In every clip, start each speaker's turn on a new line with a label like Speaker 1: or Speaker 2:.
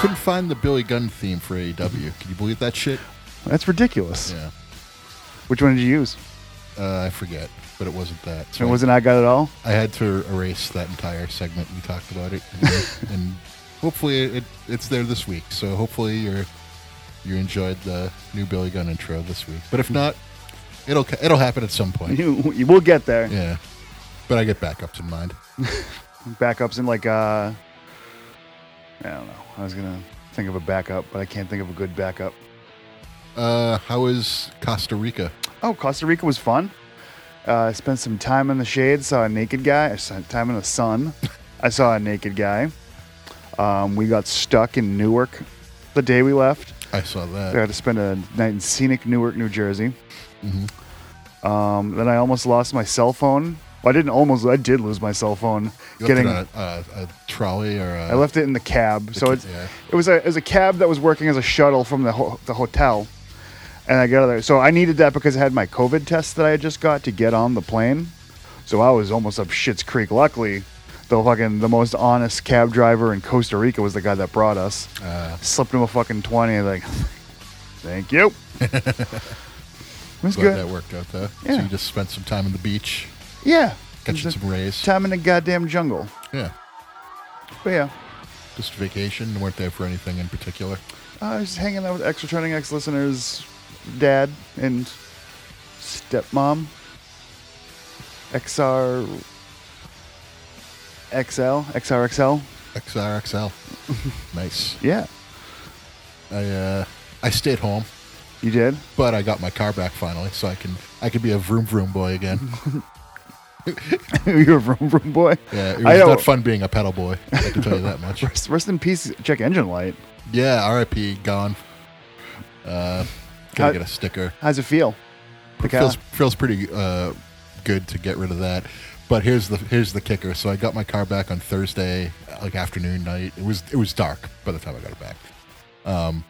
Speaker 1: couldn't find the Billy Gunn theme for AEW. Can you believe that shit?
Speaker 2: That's ridiculous.
Speaker 1: Yeah.
Speaker 2: Which one did you use?
Speaker 1: Uh, I forget, but it wasn't that.
Speaker 2: It wasn't I Got It All?
Speaker 1: I had to erase that entire segment we talked about it, and, and hopefully it, it's there this week. So hopefully you're you enjoyed the new Billy Gunn intro this week. But if not, it'll ca- it'll happen at some point.
Speaker 2: You, you will get there.
Speaker 1: Yeah, but I get backups in mind.
Speaker 2: Backups in like, uh, I don't know. I was going to think of a backup, but I can't think of a good backup.
Speaker 1: Uh, how is Costa Rica?
Speaker 2: Oh, Costa Rica was fun. Uh, I spent some time in the shade, saw a naked guy. I spent time in the sun. I saw a naked guy. Um, we got stuck in Newark the day we left.
Speaker 1: I saw that.
Speaker 2: I had to spend a night in scenic Newark, New Jersey. Um, then I almost lost my cell phone. Well, I didn't almost. I did lose my cell phone.
Speaker 1: You
Speaker 2: getting,
Speaker 1: left it on a, a, a trolley or a,
Speaker 2: I left it in the cab. so
Speaker 1: ca-
Speaker 2: it's,
Speaker 1: yeah.
Speaker 2: it was a it was a cab that was working as a shuttle from the ho- the hotel, and I got out of there. So I needed that because I had my COVID test that I had just got to get on the plane. So I was almost up Shit's Creek. Luckily, the fucking the most honest cab driver in Costa Rica was the guy that brought us.
Speaker 1: Uh,
Speaker 2: Slipped him a fucking twenty. Like, thank you. it
Speaker 1: glad
Speaker 2: was good.
Speaker 1: that worked out though. So
Speaker 2: Yeah.
Speaker 1: you just spent some time on the beach
Speaker 2: Yeah.
Speaker 1: catching
Speaker 2: Just
Speaker 1: some rays.
Speaker 2: Time in the goddamn jungle.
Speaker 1: yeah,
Speaker 2: But yeah,
Speaker 1: just vacation. Weren't there for anything in particular.
Speaker 2: Uh, I was hanging out with ex returning ex listeners, dad and stepmom. XR. XL? XRXL?
Speaker 1: XRXL. nice.
Speaker 2: Yeah.
Speaker 1: I uh, I stayed home,
Speaker 2: You did?
Speaker 1: but I got my car back finally, so I can I can be a vroom vroom boy again.
Speaker 2: You're a vroom vroom boy?
Speaker 1: Yeah, it
Speaker 2: I
Speaker 1: was
Speaker 2: know.
Speaker 1: not fun being a pedal boy. I can tell you that much.
Speaker 2: Rest- Rest in peace, check engine light.
Speaker 1: Yeah, RIP gone. Uh, gotta
Speaker 2: How-
Speaker 1: get a sticker.
Speaker 2: How's it feel? The car?
Speaker 1: Feels feels pretty uh, good to get rid of that. But here's the here's the kicker. So I got my car back on Thursday, like afternoon, night. It was it was dark by the time I got it back. Um,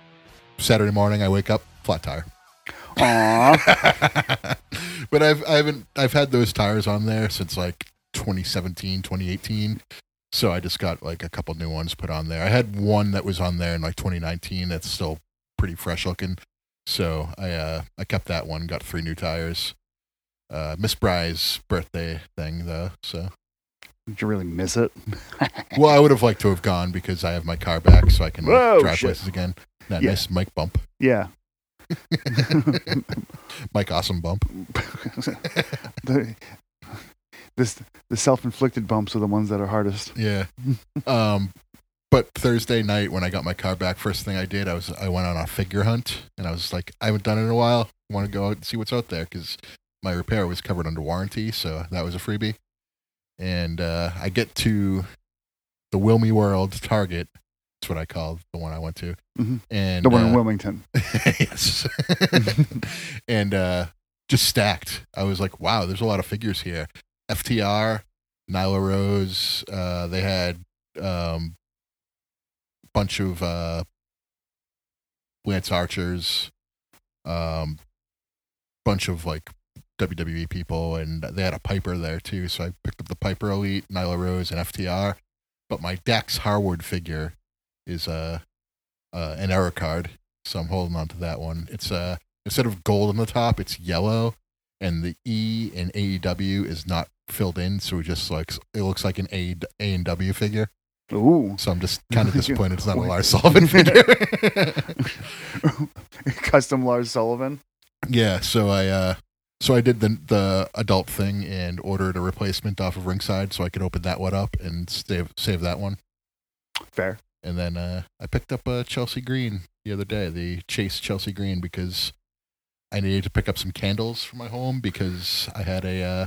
Speaker 1: Saturday morning, I wake up flat tire.
Speaker 2: Aw.
Speaker 1: But I've I haven't I've had those tires on there since like 2017, 2018. So I just got like a couple new ones put on there. I had one that was on there in like 2019 that's still pretty fresh looking. So I uh I kept that one, got three new tires. Uh Miss Bry's birthday thing though. So
Speaker 2: Did you really miss it?
Speaker 1: well, I would have liked to have gone because I have my car back so I can like,
Speaker 2: Whoa,
Speaker 1: drive
Speaker 2: shit.
Speaker 1: places again. That
Speaker 2: Yeah.
Speaker 1: nice Mike bump.
Speaker 2: Yeah.
Speaker 1: Mike awesome bump.
Speaker 2: the this the self-inflicted bumps are the ones that are hardest.
Speaker 1: Yeah. um, but Thursday night when I got my car back, first thing I did, I was I went on a figure hunt, and I was like, I haven't done it in a while. Want to go out and see what's out there because my repair was covered under warranty, so that was a freebie. And uh, I get to the Wilmy World Target. That's what I call the one I went to,
Speaker 2: Mhm.
Speaker 1: and
Speaker 2: the one
Speaker 1: uh,
Speaker 2: in Wilmington.
Speaker 1: yes. and uh, just stacked. I was like, wow, there's a lot of figures here. FTR, Nyla Rose. Uh, they had um, bunch of uh, Lance Archers, um, bunch of like WWE people, and they had a Piper there too. So I picked up the Piper Elite, Nyla Rose, and FTR. But my Dax Harwood figure is uh, uh, an error card, so I'm holding on to that one. It's uh, instead of gold on the top, it's yellow, and the E in AEW is not filled in, so it just like it looks like an A A and W figure.
Speaker 2: Ooh,
Speaker 1: So I'm just kind of
Speaker 2: You-
Speaker 1: disappointed it's not a
Speaker 2: wait.
Speaker 1: Lars Sullivan figure.
Speaker 2: custom Lars Sullivan.
Speaker 1: yeah, so I uh so I did the the adult thing and ordered a replacement off of Ringside so I could open that one up and save save that one.
Speaker 2: Fair.
Speaker 1: And then uh I picked up a Chelsea Green the other day, the Chase Chelsea Green because I needed to pick up some candles for my home because I had a uh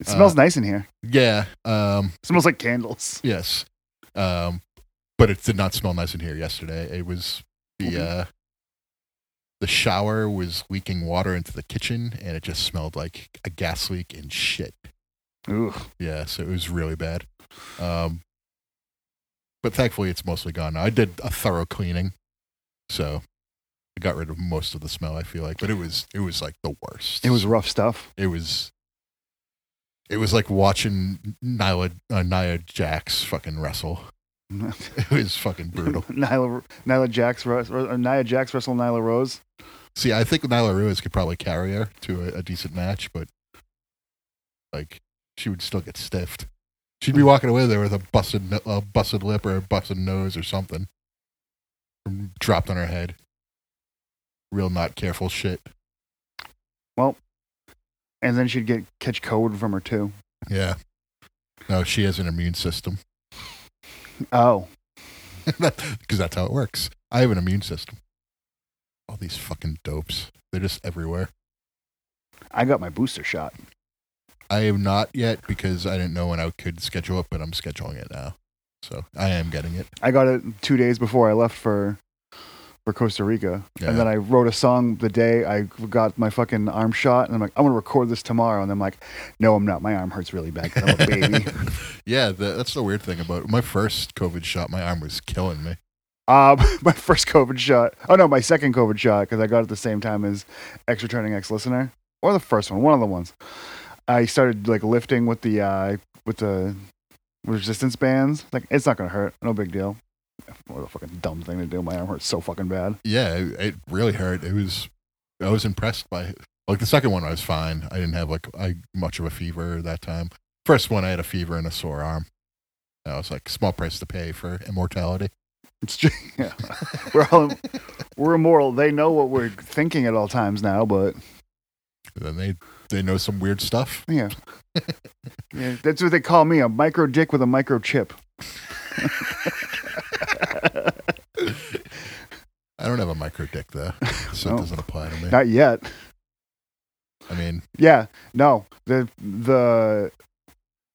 Speaker 2: It
Speaker 1: Uh,
Speaker 2: smells nice in here.
Speaker 1: yeah, um
Speaker 2: It smells like candles.
Speaker 1: Yes. Um, but it did not smell nice in here yesterday. It was the
Speaker 2: Mhm.
Speaker 1: uh, the shower was leaking water into the kitchen, and it just smelled like a gas leak and shit.
Speaker 2: Ooh,
Speaker 1: Yeah, so it was really bad. Um, but thankfully, it's mostly gone. now. I did a thorough cleaning, so I got rid of most of the smell. I feel like, but it was it was like the worst.
Speaker 2: it was rough stuff.
Speaker 1: It was. It was like watching Nyla uh, Nia Jax fucking wrestle. It was fucking brutal.
Speaker 2: Nyla, Nyla Jax, Ru- or Nia Jax wrestled Nyla Rose.
Speaker 1: See, I think Nyla Ruiz could probably carry her to a, a decent match, but like she would still get stiffed. She'd be walking away there with a busted, n- a busted lip or a busted nose or something from- dropped on her head. Real not careful shit.
Speaker 2: And then she'd get catch code from her too.
Speaker 1: Yeah. No, she has an immune system
Speaker 2: Oh,
Speaker 1: because that's how it works. I have an immune system. All these fucking dopes. They're just everywhere.
Speaker 2: I got my booster shot.
Speaker 1: I am not yet because I didn't know when I could schedule it, but I'm scheduling it now. So I am getting it.
Speaker 2: I got it two days before I left for for Costa Rica,
Speaker 1: Yeah.
Speaker 2: and then I wrote a song the day I got my fucking arm shot, and I'm like, I'm gonna record this tomorrow, and I'm like, no, I'm not. My arm hurts really bad 'cause I'm a baby.
Speaker 1: yeah, the, that's the weird thing about my first COVID shot. My arm was killing me.
Speaker 2: Um, my first COVID shot. Oh no, my second COVID shot because I got it the same time as ex returning ex listener or the first one, one of the ones. I started like lifting with the uh, with the resistance bands. Like it's not gonna hurt, no big deal. What a fucking dumb thing to do. My arm hurts so fucking bad.
Speaker 1: Yeah, it, it really hurt. It was. I was impressed by it. like the second one. I was fine. I didn't have like I much of a fever that time. First one, I had a fever and a sore arm. I was like small price to pay for immortality.
Speaker 2: It's just, yeah. we're all we're immortal. They know what we're thinking at all times now, but
Speaker 1: And then they they know some weird stuff.
Speaker 2: yeah, yeah that's what they call me a micro dick with a microchip.
Speaker 1: I don't have a micro dick though, so
Speaker 2: No.
Speaker 1: it doesn't apply to me.
Speaker 2: Not yet.
Speaker 1: I mean,
Speaker 2: Yeah, no. The the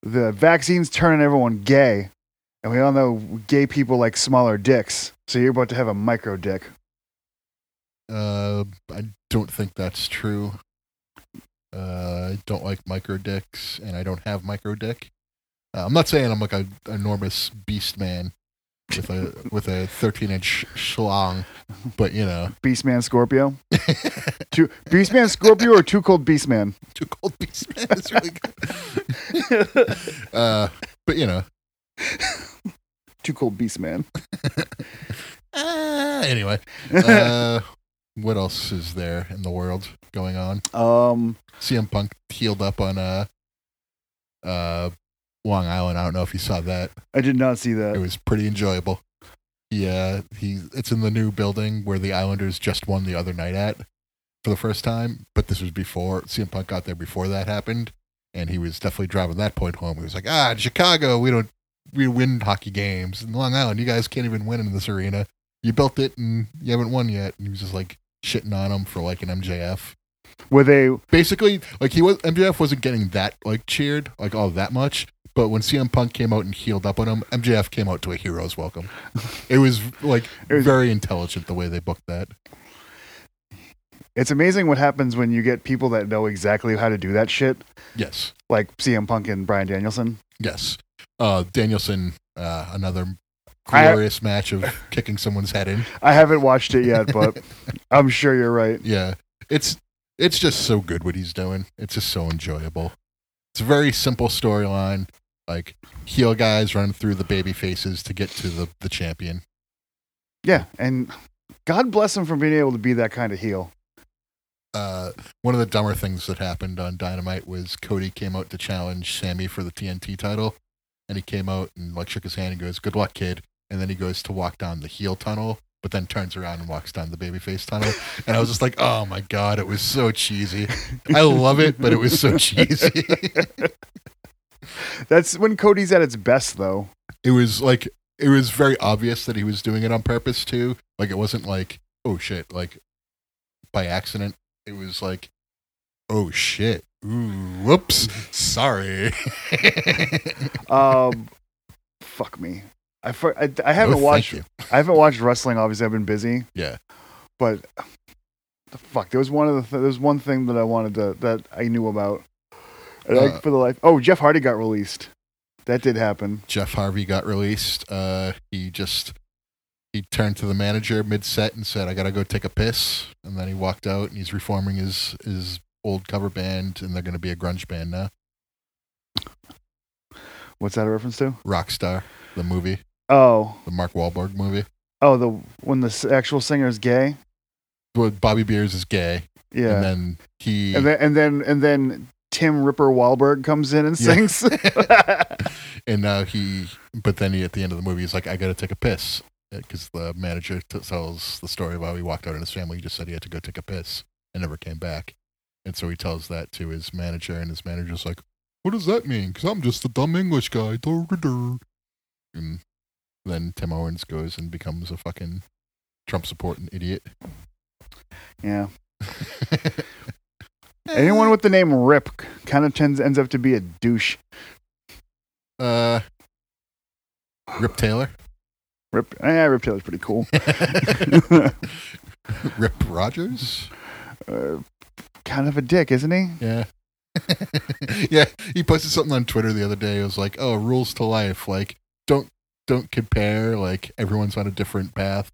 Speaker 2: the vaccines turning everyone gay, and we all know gay people like smaller dicks. So you're about to have a micro dick.
Speaker 1: uh, I don't think that's true. Uh, I don't like micro dicks, and I don't have micro dick. Uh, I'm not saying I'm like a enormous beast man with a with a 13 inch schlong, but you know,
Speaker 2: Beastman Scorpio. Two Beastman Scorpio or too cold Beastman.
Speaker 1: too cold beast man is really good. Uh, but you know,
Speaker 2: too cold Beastman.
Speaker 1: uh, anyway, uh, what else is there in the world going on?
Speaker 2: um,
Speaker 1: CM Punk healed up on uh uh Long Island. I don't know if you saw that.
Speaker 2: I did not see
Speaker 1: It
Speaker 2: that.
Speaker 1: was pretty enjoyable. Yeah, he it's in the new building where the Islanders just won the other night at for the first time, but this was before CM Punk got there before that happened and he was definitely driving that point home. He was like, "Ah, in Chicago, we don't we win hockey games. In Long Island, you guys can't even win in this arena. You built it and you haven't won yet." And he was just like shitting on him for like an MJF
Speaker 2: Were they?
Speaker 1: basically like he was MJF wasn't getting that like cheered like all that much. But when CM Punk came out and healed up on him, MJF came out to a hero's welcome. It was like
Speaker 2: It was-
Speaker 1: very intelligent the way they booked that.
Speaker 2: It's amazing what happens when you get people that know exactly how to do that shit,
Speaker 1: Yes,
Speaker 2: like CM Punk and Brian Danielson.
Speaker 1: yes. Uh, Danielson, uh, another
Speaker 2: I-
Speaker 1: glorious match of kicking someone's head in.
Speaker 2: I haven't watched it yet, but I'm sure you're right.
Speaker 1: Yeah, it's it's just so good what he's doing. It's just so enjoyable. It's a very simple storyline, like heel guys running through the baby faces to get to the the champion.
Speaker 2: Yeah, and God bless him for being able to be that kind of heel.
Speaker 1: uh, one of the dumber things that happened on Dynamite was Cody came out to challenge Sammy for the TNT title, and he came out and like shook his hand and goes, "Good luck, kid." And then he goes to walk down the heel tunnel, but then turns around and walks down the babyface tunnel. And I was just like, "Oh my god, it was so cheesy." I love it, but it was so cheesy.
Speaker 2: That's when Cody's at its best, though.
Speaker 1: it was like it was very obvious that he was doing it on purpose too. Like it wasn't like oh shit, like by accident. It was like oh shit, ooh, whoops, sorry.
Speaker 2: Um, fuck me. I, for, I, I
Speaker 1: No,
Speaker 2: haven't
Speaker 1: thank
Speaker 2: watched.
Speaker 1: you.
Speaker 2: I haven't watched wrestling. Obviously, I've been busy.
Speaker 1: Yeah.
Speaker 2: But the fuck, there was one of the th- there was one thing that I wanted to that I knew about. And I-
Speaker 1: Uh.
Speaker 2: for the life. Oh, Jeff Hardy got released. That did happen.
Speaker 1: Jeff Harvey got released. Uh, he just he turned to the manager mid set and said, "I gotta go take a piss," and then he walked out and he's reforming his his old cover band and they're gonna be a grunge band now.
Speaker 2: What's that a reference to?
Speaker 1: Rockstar, the movie.
Speaker 2: Oh,
Speaker 1: the Mark Wahlberg movie.
Speaker 2: oh, the when the s- actual singer is gay.
Speaker 1: Where Bobby Beers is gay,
Speaker 2: Yeah,
Speaker 1: and then he
Speaker 2: and then and then and then Tim Ripper Wahlberg comes in and
Speaker 1: Yeah.
Speaker 2: sings.
Speaker 1: and now he but then he at the end of the movie he's like i gotta take a piss because the manager t- tells the story of how he walked out on his family he just said he had to go take a piss and never came back and so he tells that to his manager and his manager's like what does that mean because i'm just a dumb english guy Dur, dur, dur." and then tim owens goes and becomes a fucking trump supporting idiot
Speaker 2: yeah. Anyone with the name Rip kind of tends ends up to be a douche.
Speaker 1: uh rip taylor
Speaker 2: Rip, yeah, Rip Taylor's pretty cool.
Speaker 1: rip rogers
Speaker 2: uh, kind of a dick, isn't he?
Speaker 1: Yeah. yeah. He posted something on Twitter the other day. It was like, oh, rules to life. Like, don't don't compare. Like, everyone's on a different path.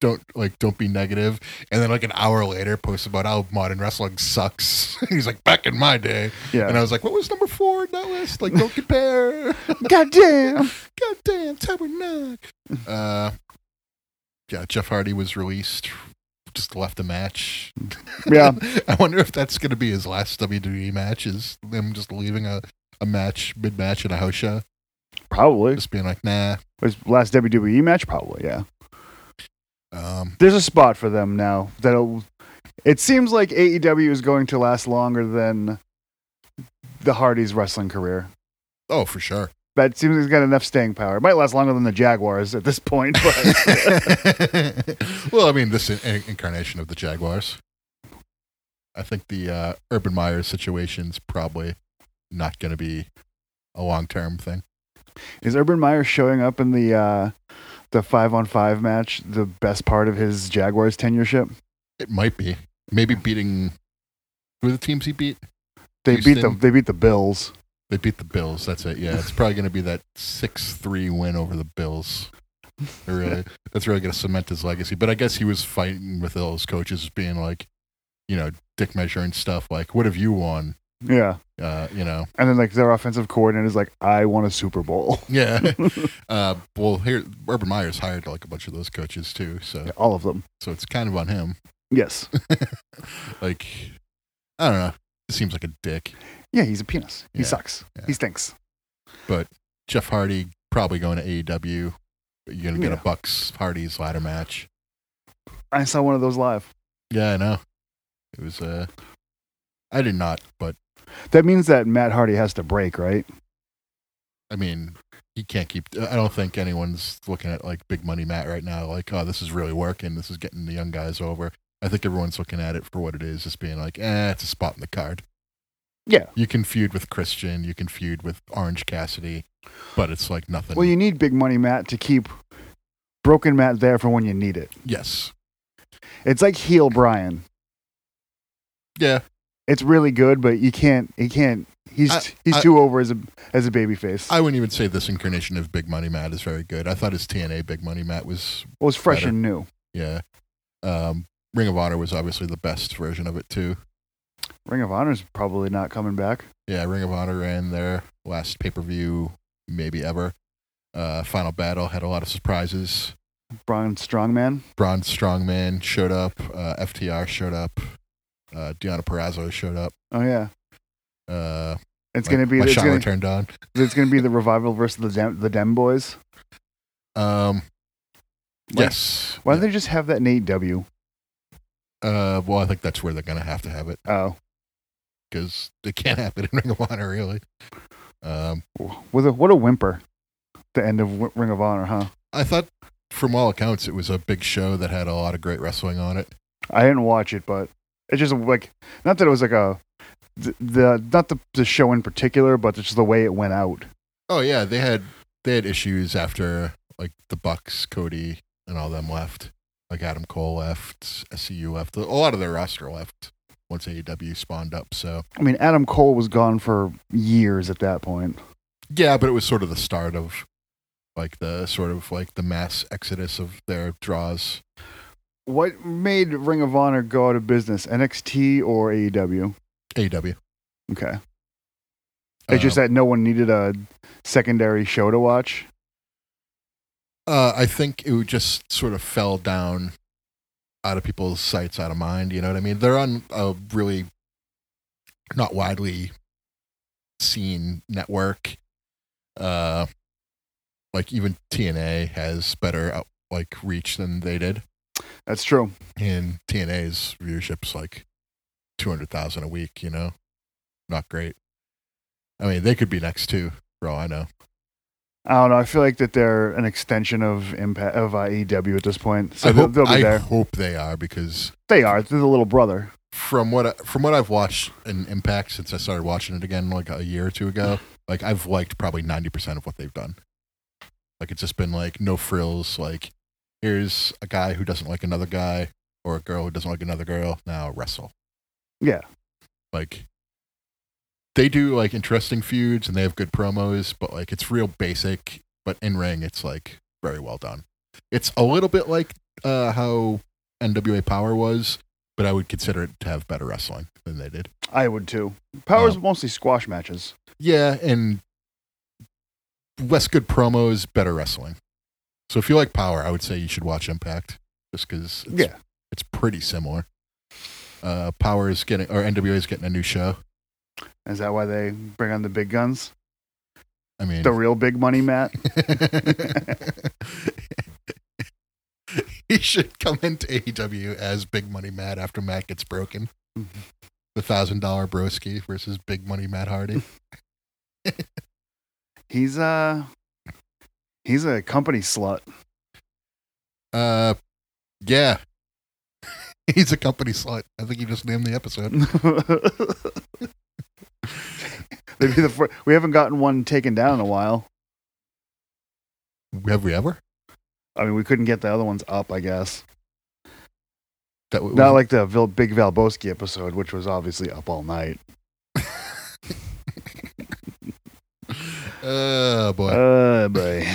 Speaker 1: Don't like don't be negative. And then like an hour later posts about how modern wrestling sucks. He's like, back in my day. And
Speaker 2: Yeah.
Speaker 1: I was like, what was number four in that list? Like, don't compare.
Speaker 2: Goddamn.
Speaker 1: Goddamn tabernacle. Uh yeah, Jeff Hardy was released, just left a match.
Speaker 2: Yeah.
Speaker 1: I wonder if that's going to be his last WWE match. Is them just leaving a, a match mid match in a house show,
Speaker 2: Probably.
Speaker 1: just being like, nah.
Speaker 2: His last WWE match, probably. Yeah.
Speaker 1: Um,
Speaker 2: There's a spot for them now. That'll. It seems like AEW is going to last longer than the Hardys' wrestling career.
Speaker 1: oh, for sure.
Speaker 2: That seems like it's got enough staying power. It might last longer than the Jaguars at this point. But
Speaker 1: well, I mean, this in- in- incarnation of the Jaguars. I think the uh, Urban Meyer situation's probably not going to be a long term thing.
Speaker 2: is Urban Meyer showing up in the uh, the five on five match the best part of his Jaguars tenureship?
Speaker 1: It might be. Maybe beating. Who are the teams he beat?
Speaker 2: They beat the
Speaker 1: Houston.
Speaker 2: they beat the Bills.
Speaker 1: They beat the Bills. That's it. Yeah, it's probably going to be that six three win over the Bills. They're Really, that's really going to cement his legacy. But I guess he was fighting with those coaches, being like, you know, dick measuring stuff. Like, what have you won?
Speaker 2: Yeah.
Speaker 1: Uh, you know,
Speaker 2: And then like their offensive coordinator is like, I want a Super Bowl.
Speaker 1: yeah. uh, well, here Urban Meyer's hired like a bunch of those coaches too, so
Speaker 2: All of them.
Speaker 1: so it's kind of on him.
Speaker 2: Yes.
Speaker 1: Like, I don't know. It seems like a dick.
Speaker 2: Yeah, he's a penis. He
Speaker 1: Yeah.
Speaker 2: sucks.
Speaker 1: Yeah.
Speaker 2: He stinks.
Speaker 1: Jeff Hardy probably going to AEW. You're going to get
Speaker 2: Yeah.
Speaker 1: a Bucks Hardy's ladder match.
Speaker 2: I saw one of those live.
Speaker 1: Yeah, I know. It was uh I did not, but
Speaker 2: That means that Matt Hardy has to break, right?
Speaker 1: I mean, he can't keep I don't think anyone's looking at like big money Matt right now like, oh, this is really working. This is getting the young guys over. I think everyone's looking at it for what it is, just being like, eh, it's a spot in the card.
Speaker 2: Yeah.
Speaker 1: You can feud with Christian, you can feud with Orange Cassidy, but it's like nothing.
Speaker 2: Well, you need big money Matt to keep broken Matt there for when you need it.
Speaker 1: yes.
Speaker 2: It's like heel Brian.
Speaker 1: Yeah.
Speaker 2: It's really good, but you can't. He can't. He's
Speaker 1: I-
Speaker 2: he's
Speaker 1: I-
Speaker 2: too over as a as a baby face.
Speaker 1: I wouldn't even say this incarnation of Big Money Matt is very good. I thought his TNA Big Money Matt was
Speaker 2: well, it's fresh
Speaker 1: better.
Speaker 2: and new,
Speaker 1: yeah. Um Ring of Honor was obviously the best version of it too.
Speaker 2: Ring of Honor's probably not coming back.
Speaker 1: Yeah, Ring of Honor ran their last pay per view, maybe ever. Uh, Final Battle had a lot of surprises.
Speaker 2: Braun Strongman.
Speaker 1: Braun Strongman showed up. Uh, FTR showed up. Uh, Deanna Perrazzo showed up.
Speaker 2: Oh yeah,
Speaker 1: Uh,
Speaker 2: it's
Speaker 1: my-
Speaker 2: gonna be
Speaker 1: my
Speaker 2: it's
Speaker 1: Sean
Speaker 2: gonna,
Speaker 1: turned on.
Speaker 2: it's gonna be the revival versus the Dem, the Dem Boys.
Speaker 1: Um,
Speaker 2: Why-
Speaker 1: yes.
Speaker 2: Why don't they just have that in AEW?
Speaker 1: uh, well, I think that's where they're gonna have to have it
Speaker 2: Oh,
Speaker 1: because it can't happen in Ring of Honor, really. Um,
Speaker 2: with a what a whimper. The end of Wi- Ring of Honor, huh?
Speaker 1: I thought, from all accounts, it was a big show that had a lot of great wrestling on it.
Speaker 2: I didn't watch it, but it's just like not that it was like a the, the not the, the show in particular, but it's just the way it went out.
Speaker 1: Oh yeah, they had they had issues after like the Bucks, Cody, and all them left. Like Adam Cole left, SCU left, a lot of their roster left once AEW spawned up. So
Speaker 2: I mean, Adam Cole was gone for years at that point.
Speaker 1: yeah, but it was sort of the start of like the sort of like the mass exodus of their draws.
Speaker 2: What made Ring of Honor go out of business? NXT or E AEW?
Speaker 1: AEW.
Speaker 2: Okay, it's just
Speaker 1: E Um,
Speaker 2: that no one needed a secondary show to watch.
Speaker 1: Uh, I think it would just sort of fell down out of people's sights, out of mind. You know what I mean? They're on a really not widely seen network. Uh, like even TNA has better out, like reach than they did,
Speaker 2: That's true.
Speaker 1: and TNA's viewership's like two hundred thousand a week. You know, not great. I mean, they could be next too, for all I know.
Speaker 2: I don't know. I feel like that they're an extension of Impact of uh, AEW at this point. So
Speaker 1: I
Speaker 2: they'll,
Speaker 1: hope,
Speaker 2: they'll be
Speaker 1: I
Speaker 2: there.
Speaker 1: hope they are because
Speaker 2: They are. They're the little brother.
Speaker 1: from what I, from what I've watched in Impact since I started watching it again like a year or two ago, like I've liked probably ninety percent of what they've done. Like it's just been like no frills. Like here's a guy who doesn't like another guy or a girl who doesn't like another girl. Now wrestle.
Speaker 2: Yeah.
Speaker 1: Like they do like interesting feuds and they have good promos, but like it's real basic. But in ring, it's like very well done. It's a little bit like uh, how NWA Power was, but I would consider it to have better wrestling than they did.
Speaker 2: I would too. Powers mostly squash matches.
Speaker 1: Yeah, and less good promos, better wrestling. So if you like Power, I would say you should watch Impact just because it's,
Speaker 2: Yeah.
Speaker 1: it's pretty similar. Uh, Power is getting, or NWA is getting a new show.
Speaker 2: Is that why they bring on the big guns?
Speaker 1: I mean,
Speaker 2: The real big money, Matt.
Speaker 1: he should come into AEW as Big Money Matt after Matt gets broken. The thousand dollar broski versus Big Money Matt Hardy.
Speaker 2: He's uh he's a company slut.
Speaker 1: Uh, yeah, he's a company slut. I think you just named the episode.
Speaker 2: They'd be the fir- we haven't gotten one taken down in a while.
Speaker 1: Have we ever?
Speaker 2: I mean, we couldn't get the other ones up, I guess.
Speaker 1: That was,
Speaker 2: Not like the Vil- Big Valboski episode, which was obviously up all night.
Speaker 1: uh, boy.
Speaker 2: Uh, boy.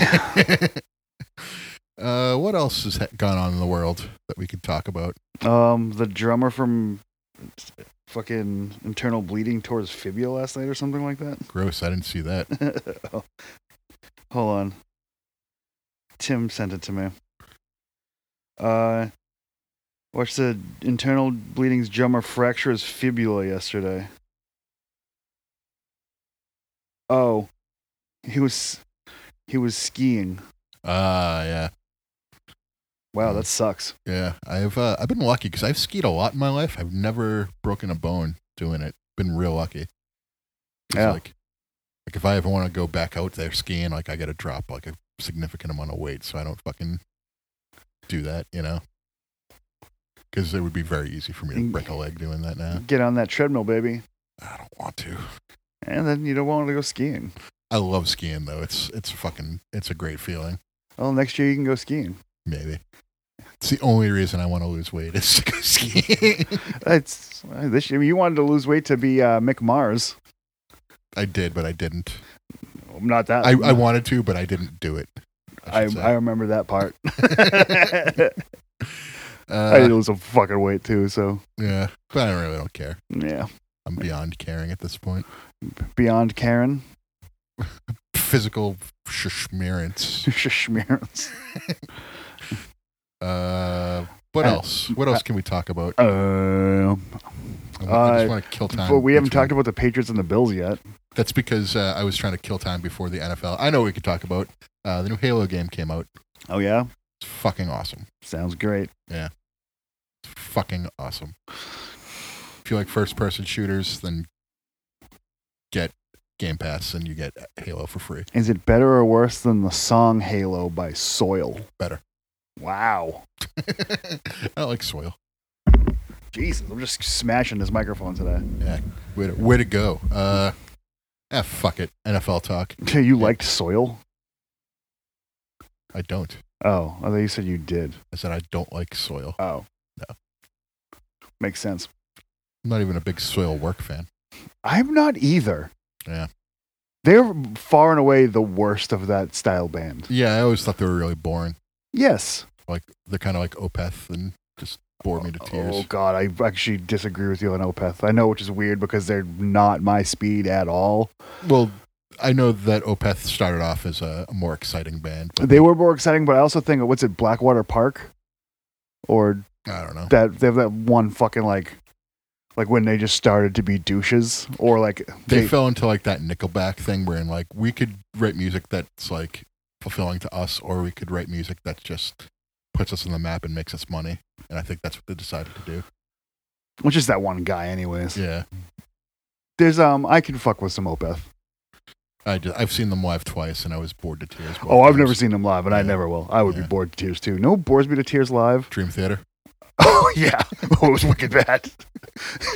Speaker 1: uh, what else has ha- gone on in the world that we could talk about?
Speaker 2: um, the drummer from fucking internal bleeding tore his fibula last night or something like that.
Speaker 1: Gross. I didn't see that.
Speaker 2: Hold on. Tim sent it to me. Uh, what's the internal bleeding's drummer fracture his fibula yesterday? Oh, he was he was skiing.
Speaker 1: Ah, yeah.
Speaker 2: Wow,
Speaker 1: Hmm.
Speaker 2: that sucks.
Speaker 1: Yeah, I've uh, I've been lucky because I've skied a lot in my life. I've never broken a bone doing it. Been real lucky. 'Cause,
Speaker 2: Yeah.
Speaker 1: Like, like if I ever want to go back out there skiing, like I got to drop like a significant amount of weight, so I don't fucking do that, you know. Because it would be very easy for me to
Speaker 2: Mm.
Speaker 1: break a leg doing that now.
Speaker 2: Get on that treadmill, baby,
Speaker 1: I don't want to.
Speaker 2: and then you don't want to go skiing.
Speaker 1: I love skiing though. It's it's fucking it's a great feeling.
Speaker 2: Well, next year you can go skiing.
Speaker 1: Maybe it's the only reason I want to lose weight is to go skiing.
Speaker 2: That's uh, this year. You wanted to lose weight to be uh, Mick Mars.
Speaker 1: I did, but I didn't.
Speaker 2: Not that
Speaker 1: I, I wanted to, but I didn't do it.
Speaker 2: I,
Speaker 1: should say.
Speaker 2: I remember that part. I
Speaker 1: Uh,
Speaker 2: did lose some fucking weight too, so
Speaker 1: yeah, but I really don't care.
Speaker 2: yeah.
Speaker 1: I'm beyond caring at this point.
Speaker 2: Beyond Karen,
Speaker 1: Physical schmerance.
Speaker 2: Schmearns.
Speaker 1: Uh, what
Speaker 2: Uh,
Speaker 1: else? What else can we talk about?
Speaker 2: Uh,
Speaker 1: I wa- I
Speaker 2: uh,
Speaker 1: just want to kill time.
Speaker 2: but we haven't
Speaker 1: between-
Speaker 2: talked about the Patriots and the Bills yet.
Speaker 1: That's because uh, I was trying to kill time before the NFL. I know we could talk about uh, the new Halo game came out.
Speaker 2: Oh yeah,
Speaker 1: It's fucking awesome.
Speaker 2: sounds great.
Speaker 1: It's fucking awesome. If you like first-person shooters, then get Game Pass and you get Halo for free.
Speaker 2: Is it better or worse than the song Halo by Soil?
Speaker 1: Better.
Speaker 2: Wow.
Speaker 1: I don't like soil.
Speaker 2: Jesus, I'm just smashing this microphone today.
Speaker 1: Way to, way to go. Uh, ah, fuck it. NFL talk.
Speaker 2: You liked Soil?
Speaker 1: I don't.
Speaker 2: Oh, I thought you said you did.
Speaker 1: I said I don't like soil.
Speaker 2: Oh,
Speaker 1: No.
Speaker 2: Makes sense.
Speaker 1: I'm not even a big soil work fan.
Speaker 2: I'm not either.
Speaker 1: Yeah.
Speaker 2: They're far and away the worst of that style band.
Speaker 1: Yeah, I always thought they were really boring.
Speaker 2: Yes.
Speaker 1: Like they're kind of like Opeth and just bore me to
Speaker 2: Oh
Speaker 1: tears.
Speaker 2: God, I actually disagree with you on Opeth. I know, which is weird because they're not my speed at all.
Speaker 1: Well, I know that Opeth started off as a, a more exciting band. But
Speaker 2: They were more exciting, but I also think what's it, Blackwater Park, or
Speaker 1: I don't know.
Speaker 2: that they have that one fucking like, like when they just started to be douches, or like
Speaker 1: They,
Speaker 2: they,
Speaker 1: fell into like that Nickelback thing, wherein like we could write music that's like fulfilling to us, or we could write music that just puts us on the map and makes us money. And I think that's what they decided to do.
Speaker 2: which is that one guy, anyways.
Speaker 1: Yeah,
Speaker 2: There's um, I can fuck with some Opeth.
Speaker 1: I just, I've seen them live twice, and I was bored to tears. both
Speaker 2: Oh, I've
Speaker 1: times.
Speaker 2: never seen them live, and I
Speaker 1: Yeah.
Speaker 2: never will. I would
Speaker 1: Yeah.
Speaker 2: be bored to tears too. No bores me to tears live.
Speaker 1: Dream Theater.
Speaker 2: Oh yeah, oh, it was wicked bad.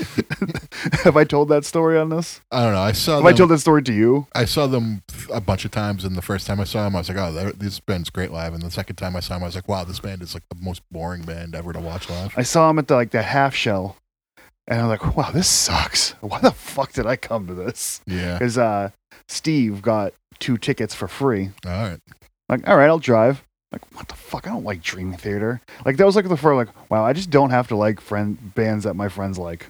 Speaker 2: have I told that story on this?
Speaker 1: I don't know. I saw.
Speaker 2: Have
Speaker 1: Them,
Speaker 2: I told that story to you?
Speaker 1: I saw them a bunch of times, and the first time I saw them, I was like, "Oh, they're- this band's great live." And the second time I saw them, I was like, "Wow, this band is like the most boring band ever to watch live."
Speaker 2: I saw him at the, like that half shell, and I'm like, wow, this sucks. Why the fuck did I come to this?
Speaker 1: Yeah.
Speaker 2: Because uh, Steve got two tickets for free.
Speaker 1: All right.
Speaker 2: Like, all right, I'll drive. Like, what the fuck? I don't like Dream Theater. Like, that was like the first, like, wow, I just don't have to like friend bands that my friends like.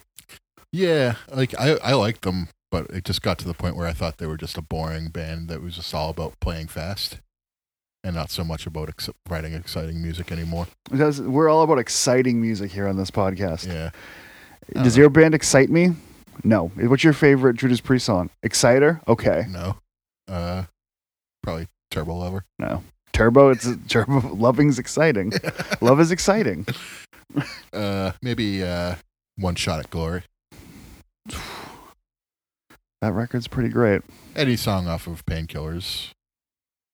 Speaker 1: Yeah, like I I liked them, but it just got to the point where I thought they were just a boring band that was just all about playing fast, and not so much about ex- writing exciting music anymore.
Speaker 2: Because we're all about exciting music here on this podcast.
Speaker 1: Yeah. I
Speaker 2: Does your band excite me? No. What's your favorite Judas Priest song? Exciter? Okay.
Speaker 1: No. Uh, probably Turbo Lover.
Speaker 2: Turbo. It's Turbo. Loving's exciting. Love is exciting.
Speaker 1: Uh, maybe uh, One Shot at Glory.
Speaker 2: That record's pretty great.
Speaker 1: Any song off of Painkillers,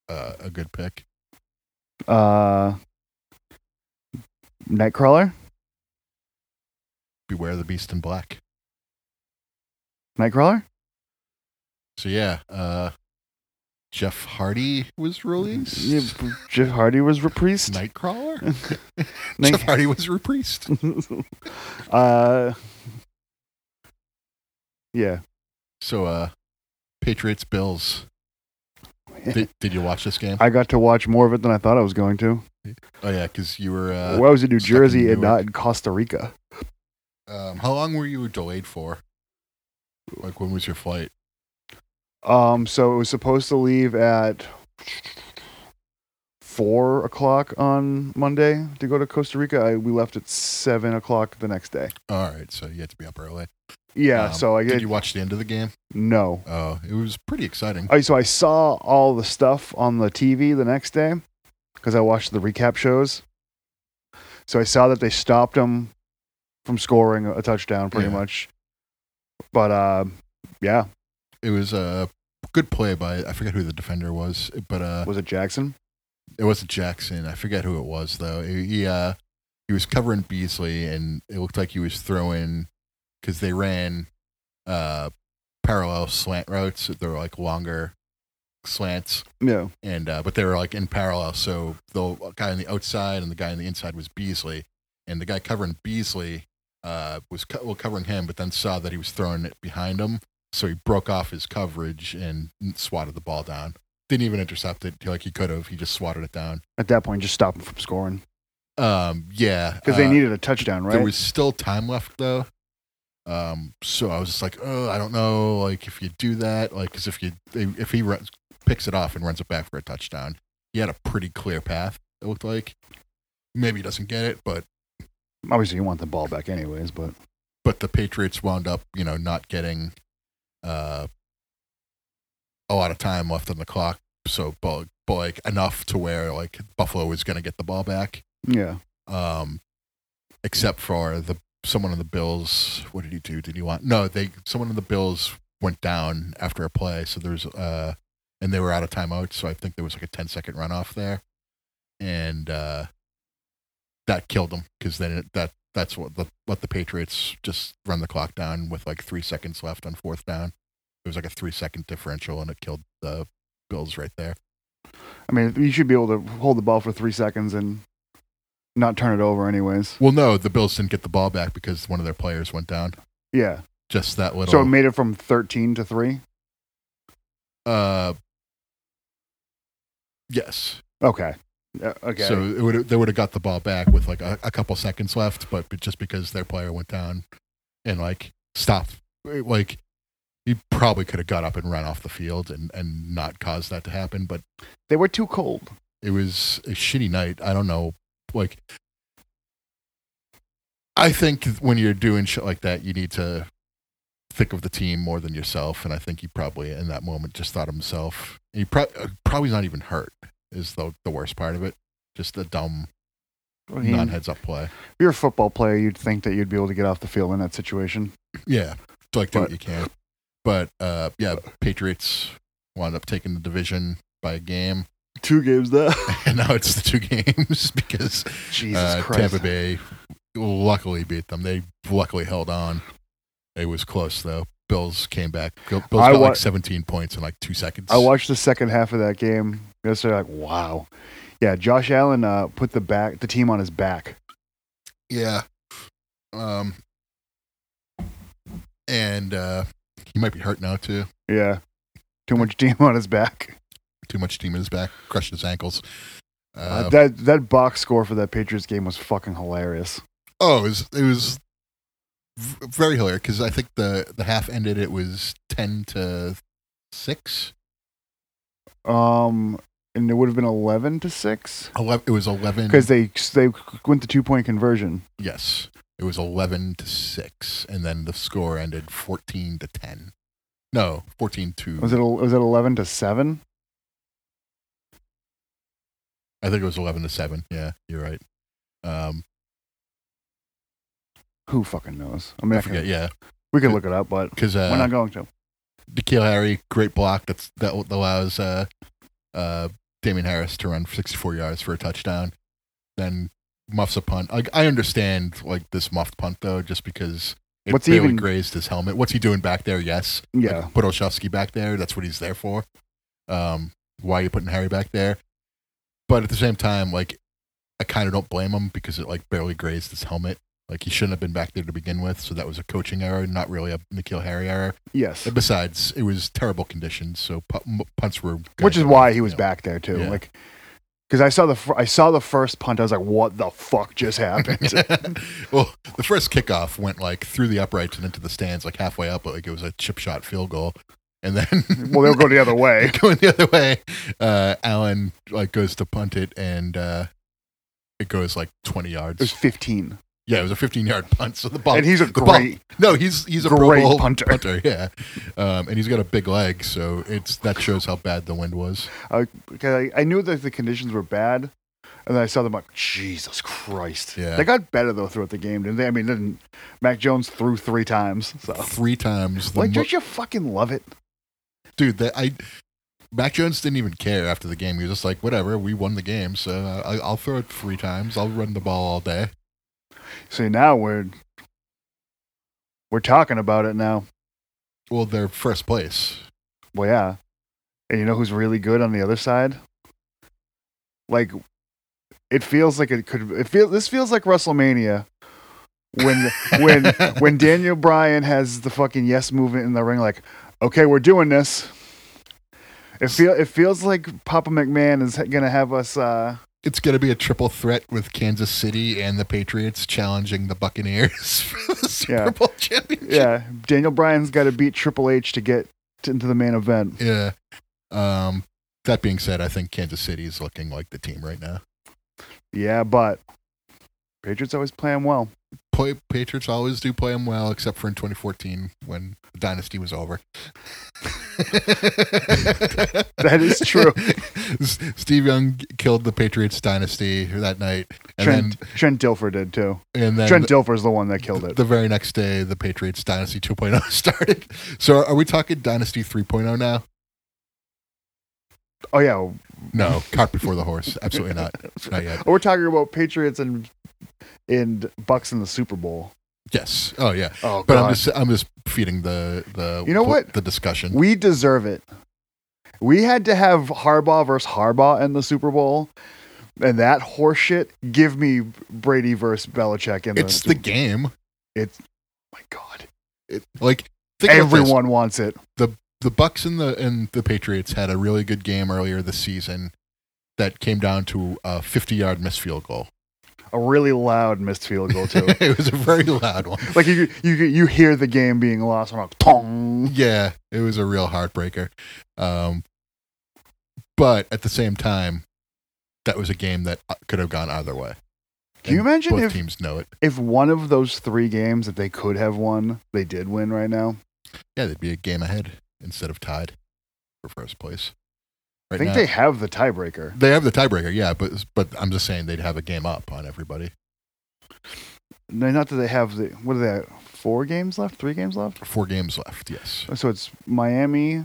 Speaker 1: uh, a good pick.
Speaker 2: Uh, Nightcrawler.
Speaker 1: Beware the Beast in Black.
Speaker 2: Nightcrawler.
Speaker 1: So yeah, uh, Jeff Hardy was released.
Speaker 2: Yeah, b- Jeff Hardy was repriest.
Speaker 1: Nightcrawler.
Speaker 2: Night-
Speaker 1: Jeff Hardy was repriest.
Speaker 2: uh, yeah.
Speaker 1: So, uh, Patriots Bills. Did, did you watch this game?
Speaker 2: I got to watch more of it than I thought I was going to.
Speaker 1: Oh yeah, because you were. Uh,
Speaker 2: well, I was in New
Speaker 1: stuck in
Speaker 2: Jersey and
Speaker 1: Newark.
Speaker 2: not in Costa Rica.
Speaker 1: um, how long were you delayed for? Like when was your flight?
Speaker 2: Um, so it was supposed to leave at four o'clock on Monday to go to Costa Rica. I, we left at seven o'clock the next day.
Speaker 1: All right, so you had to be up early.
Speaker 2: Yeah.
Speaker 1: Um,
Speaker 2: so I
Speaker 1: Did
Speaker 2: get
Speaker 1: you watch the end of the game?
Speaker 2: no.
Speaker 1: Oh, it was pretty exciting.
Speaker 2: I, Oh, so I saw all the stuff on the TV the next day because I watched the recap shows. So I saw that they stopped him from scoring a touchdown, pretty
Speaker 1: Yeah.
Speaker 2: much. But uh, yeah,
Speaker 1: It was a good play by I forget who the defender was, but uh,
Speaker 2: was it Jackson?
Speaker 1: it wasn't Jackson. I forget who it was though. He he, uh, he was covering Beasley, and it looked like he was throwing because they ran uh, parallel slant routes. They were like longer slants,
Speaker 2: Yeah.
Speaker 1: and uh, but they were like in parallel. So the guy on the outside and the guy on the inside was Beasley, and the guy covering Beasley uh, was co- well covering him, but then saw that he was throwing it behind him, so he broke off his coverage and swatted the ball down. Didn't even intercept it like he could have. He just swatted it down.
Speaker 2: At that point, just stop him from scoring
Speaker 1: Um, yeah,
Speaker 2: because they
Speaker 1: uh,
Speaker 2: needed a touchdown, right?
Speaker 1: There was still time left though. Um, so I was just like, oh, I don't know, like if you do that, like because if you if he runs, picks it off and runs it back for a touchdown, he had a pretty clear path. It looked like maybe he doesn't get it, but
Speaker 2: Obviously, you want the ball back, anyways. But
Speaker 1: but the Patriots wound up, you know, not getting uh, a lot of time left on the clock. So, but, but like enough to where like Buffalo was going to get the ball back.
Speaker 2: yeah,
Speaker 1: um, except for the someone on the Bills. What did he do? Did he want? No, they someone on the Bills went down after a play, so there's uh, and they were out of timeout, so I think there was like a 10 second runoff there, and uh, that killed them because then it, that that's what the, let the Patriots just run the clock down with like three seconds left on fourth down. It was like a three second differential, and it killed the Bills right there.
Speaker 2: I mean, you should be able to hold the ball for three seconds and not turn it over, anyways.
Speaker 1: Well, no, the Bills didn't get the ball back because one of their players went down.
Speaker 2: Yeah.
Speaker 1: Just that little.
Speaker 2: So it made it from thirteen to three.
Speaker 1: Uh, yes.
Speaker 2: Okay. Uh, okay.
Speaker 1: So it would they would have got the ball back with like a, a couple seconds left, but, but just because their player went down and eh, like stopped, like He probably could have got up and run off the field and, and not caused that to happen, but
Speaker 2: They were too cold.
Speaker 1: it was a shitty night. I don't know. Like, I think when you're doing shit like that, you need to think of the team more than yourself. And I think he probably, in that moment, just thought of himself. He pro- uh, probably not even hurt, is the, the worst part of it. Just a dumb,
Speaker 2: I mean,
Speaker 1: non heads up play.
Speaker 2: if you're a football player, you'd think that you'd be able to get off the field in that situation.
Speaker 1: Yeah. So, like, do what
Speaker 2: But-
Speaker 1: you can. But, uh, yeah, Patriots wound up taking the division by a game.
Speaker 2: Two games there.
Speaker 1: And now it's the two games because
Speaker 2: Jesus
Speaker 1: uh,
Speaker 2: Christ.
Speaker 1: Tampa Bay luckily beat them. They luckily held on. It was close though. Bills came back. Bill- Bills
Speaker 2: I
Speaker 1: got
Speaker 2: wa-
Speaker 1: like 17 points in like two seconds.
Speaker 2: I watched the second half of that game yesterday. Like, wow. Yeah, Josh Allen uh, put the back the team on his back.
Speaker 1: yeah. Um. And uh, he might be hurt now too.
Speaker 2: Yeah, too much team on his back.
Speaker 1: Too much team in his back, crushed his ankles. Uh,
Speaker 2: Uh, that that box score for that Patriots game was fucking hilarious.
Speaker 1: oh, it was, it was v- very hilarious because I think the the half ended. It was 10 to six.
Speaker 2: Um, and it would have been eleven to six
Speaker 1: 11, it was 11
Speaker 2: because they they went the two point conversion.
Speaker 1: Yes. It was 11 to 6 and then the score ended 14 to 10. No, 14 to
Speaker 2: Was it el- was it eleven to seven?
Speaker 1: I think it was 11 to 7. Yeah, you're right. Um
Speaker 2: Who fucking knows? I mean,
Speaker 1: I
Speaker 2: I
Speaker 1: forget,
Speaker 2: can,
Speaker 1: yeah,
Speaker 2: we could look it up, but
Speaker 1: cuz
Speaker 2: we're
Speaker 1: uh
Speaker 2: not going to.
Speaker 1: Nikhil Harry great block that's that allows uh uh Damian Harris to run 64 yards for a touchdown. Then muffs a punt. Like I understand like this muffed punt though just because it
Speaker 2: What's he
Speaker 1: barely
Speaker 2: even-
Speaker 1: grazed his helmet. What's he doing back there? Yes.
Speaker 2: Yeah,
Speaker 1: Like, put Olszewski back there. That's what he's there for. Um, why are you putting Harry back there? But at the same time, like, I kind of don't blame him because it like barely grazed his helmet. Like he shouldn't have been back there to begin with. So that was a coaching error, not really a Nikhil Harry error.
Speaker 2: yes,
Speaker 1: And besides, it was terrible conditions, so pu- m- punts were. gonna
Speaker 2: which is
Speaker 1: go
Speaker 2: why
Speaker 1: in,
Speaker 2: he was
Speaker 1: you know.
Speaker 2: back there too.
Speaker 1: Yeah.
Speaker 2: Like, because I saw the fir- I saw the first punt, I was like, "What the fuck just happened?"
Speaker 1: well, the first kickoff went like through the uprights and into the stands, like halfway up. But, like it was a chip shot field goal, and then
Speaker 2: well, they'll go the other way.
Speaker 1: going the other way. Uh, Allen like goes to punt it, and uh, it goes like twenty
Speaker 2: It was
Speaker 1: yards.
Speaker 2: 15,
Speaker 1: Yeah, it was a fifteen-yard punt. So the ball.
Speaker 2: and he's a
Speaker 1: the ball-
Speaker 2: great.
Speaker 1: no, he's he's a
Speaker 2: great
Speaker 1: Pro Bowl
Speaker 2: punter.
Speaker 1: Yeah, um, and he's got a big leg, so it's that shows how bad the wind was.
Speaker 2: Because I, I knew that the conditions were bad, and then I saw them like, Jesus Christ!
Speaker 1: Yeah.
Speaker 2: They got better though throughout the game, didn't they? I mean, didn't Mac Jones threw three times? So,
Speaker 1: Three times. The
Speaker 2: like,
Speaker 1: mo-
Speaker 2: don't you fucking love it?
Speaker 1: dude, that I. Mac Jones didn't even care after the game. He was just like, "Whatever, we won the game, so uh, I, I'll throw it three times. I'll run the ball all day."
Speaker 2: See, now we're we're talking about it now.
Speaker 1: Well, they're first place.
Speaker 2: Well, yeah. And you know who's really good on the other side? Like, it feels like it could. It feels this feels like WrestleMania when when when Daniel Bryan has the fucking yes movement in the ring. Like, okay, we're doing this. It feel it feels like Papa McMahon is gonna have us. uh
Speaker 1: It's going to be a triple threat with Kansas City and the Patriots challenging the Buccaneers for the Super
Speaker 2: Yeah.
Speaker 1: Bowl championship.
Speaker 2: Yeah, Daniel Bryan's got to beat Triple H to get to, into the main event.
Speaker 1: Yeah. Um, that being said, I think Kansas City is looking like the team right now.
Speaker 2: Yeah, but Patriots always play 'em well.
Speaker 1: Play, Patriots always do play them well, except for in 2014 when the dynasty was over. that
Speaker 2: is true.
Speaker 1: Steve Young killed the Patriots dynasty that night, and
Speaker 2: Trent Trent Dilfer did too.
Speaker 1: then and then
Speaker 2: Trent Dilfer's the one that killed it.
Speaker 1: The very next day, the Patriots Dynasty 2.0 started. So are we talking Dynasty 3.0 now?
Speaker 2: Oh yeah,
Speaker 1: No, cart before the horse. Absolutely not. Not yet.
Speaker 2: we're talking about Patriots and and Bucks in the Super Bowl.
Speaker 1: Yes. Oh yeah.
Speaker 2: Oh
Speaker 1: But
Speaker 2: god,
Speaker 1: I'm just I'm just feeding the the
Speaker 2: You know what?
Speaker 1: the discussion.
Speaker 2: we deserve it. We had to have Harbaugh versus Harbaugh in the Super Bowl, and that horseshit. Give me Brady versus Belichick in the.
Speaker 1: It's the
Speaker 2: Super-
Speaker 1: game.
Speaker 2: It's my god.
Speaker 1: It, like think about this.
Speaker 2: Everyone wants it.
Speaker 1: the Bucks and the and the Patriots had a really good game earlier this season that came down to a 50 yard missed field goal.
Speaker 2: a really loud missed field goal too.
Speaker 1: it was a very loud one.
Speaker 2: like you you you hear the game being lost on a tong.
Speaker 1: Yeah, it was a real heartbreaker. Um, but at the same time, that was a game that uh, could have gone either way.
Speaker 2: Can you
Speaker 1: And
Speaker 2: imagine
Speaker 1: both
Speaker 2: if-
Speaker 1: teams know it?
Speaker 2: If one of those three games that they could have won, they did win right now.
Speaker 1: Yeah, they'd be a game ahead instead of tied for first place.
Speaker 2: I
Speaker 1: Right
Speaker 2: think
Speaker 1: now-
Speaker 2: they have the tiebreaker.
Speaker 1: they have the tiebreaker, yeah, but but I'm just saying they'd have a game up on everybody.
Speaker 2: No, Not that they have the what are they? at? Four games left? Three games left? Oh,
Speaker 1: Four games left. Yes,
Speaker 2: So it's Miami,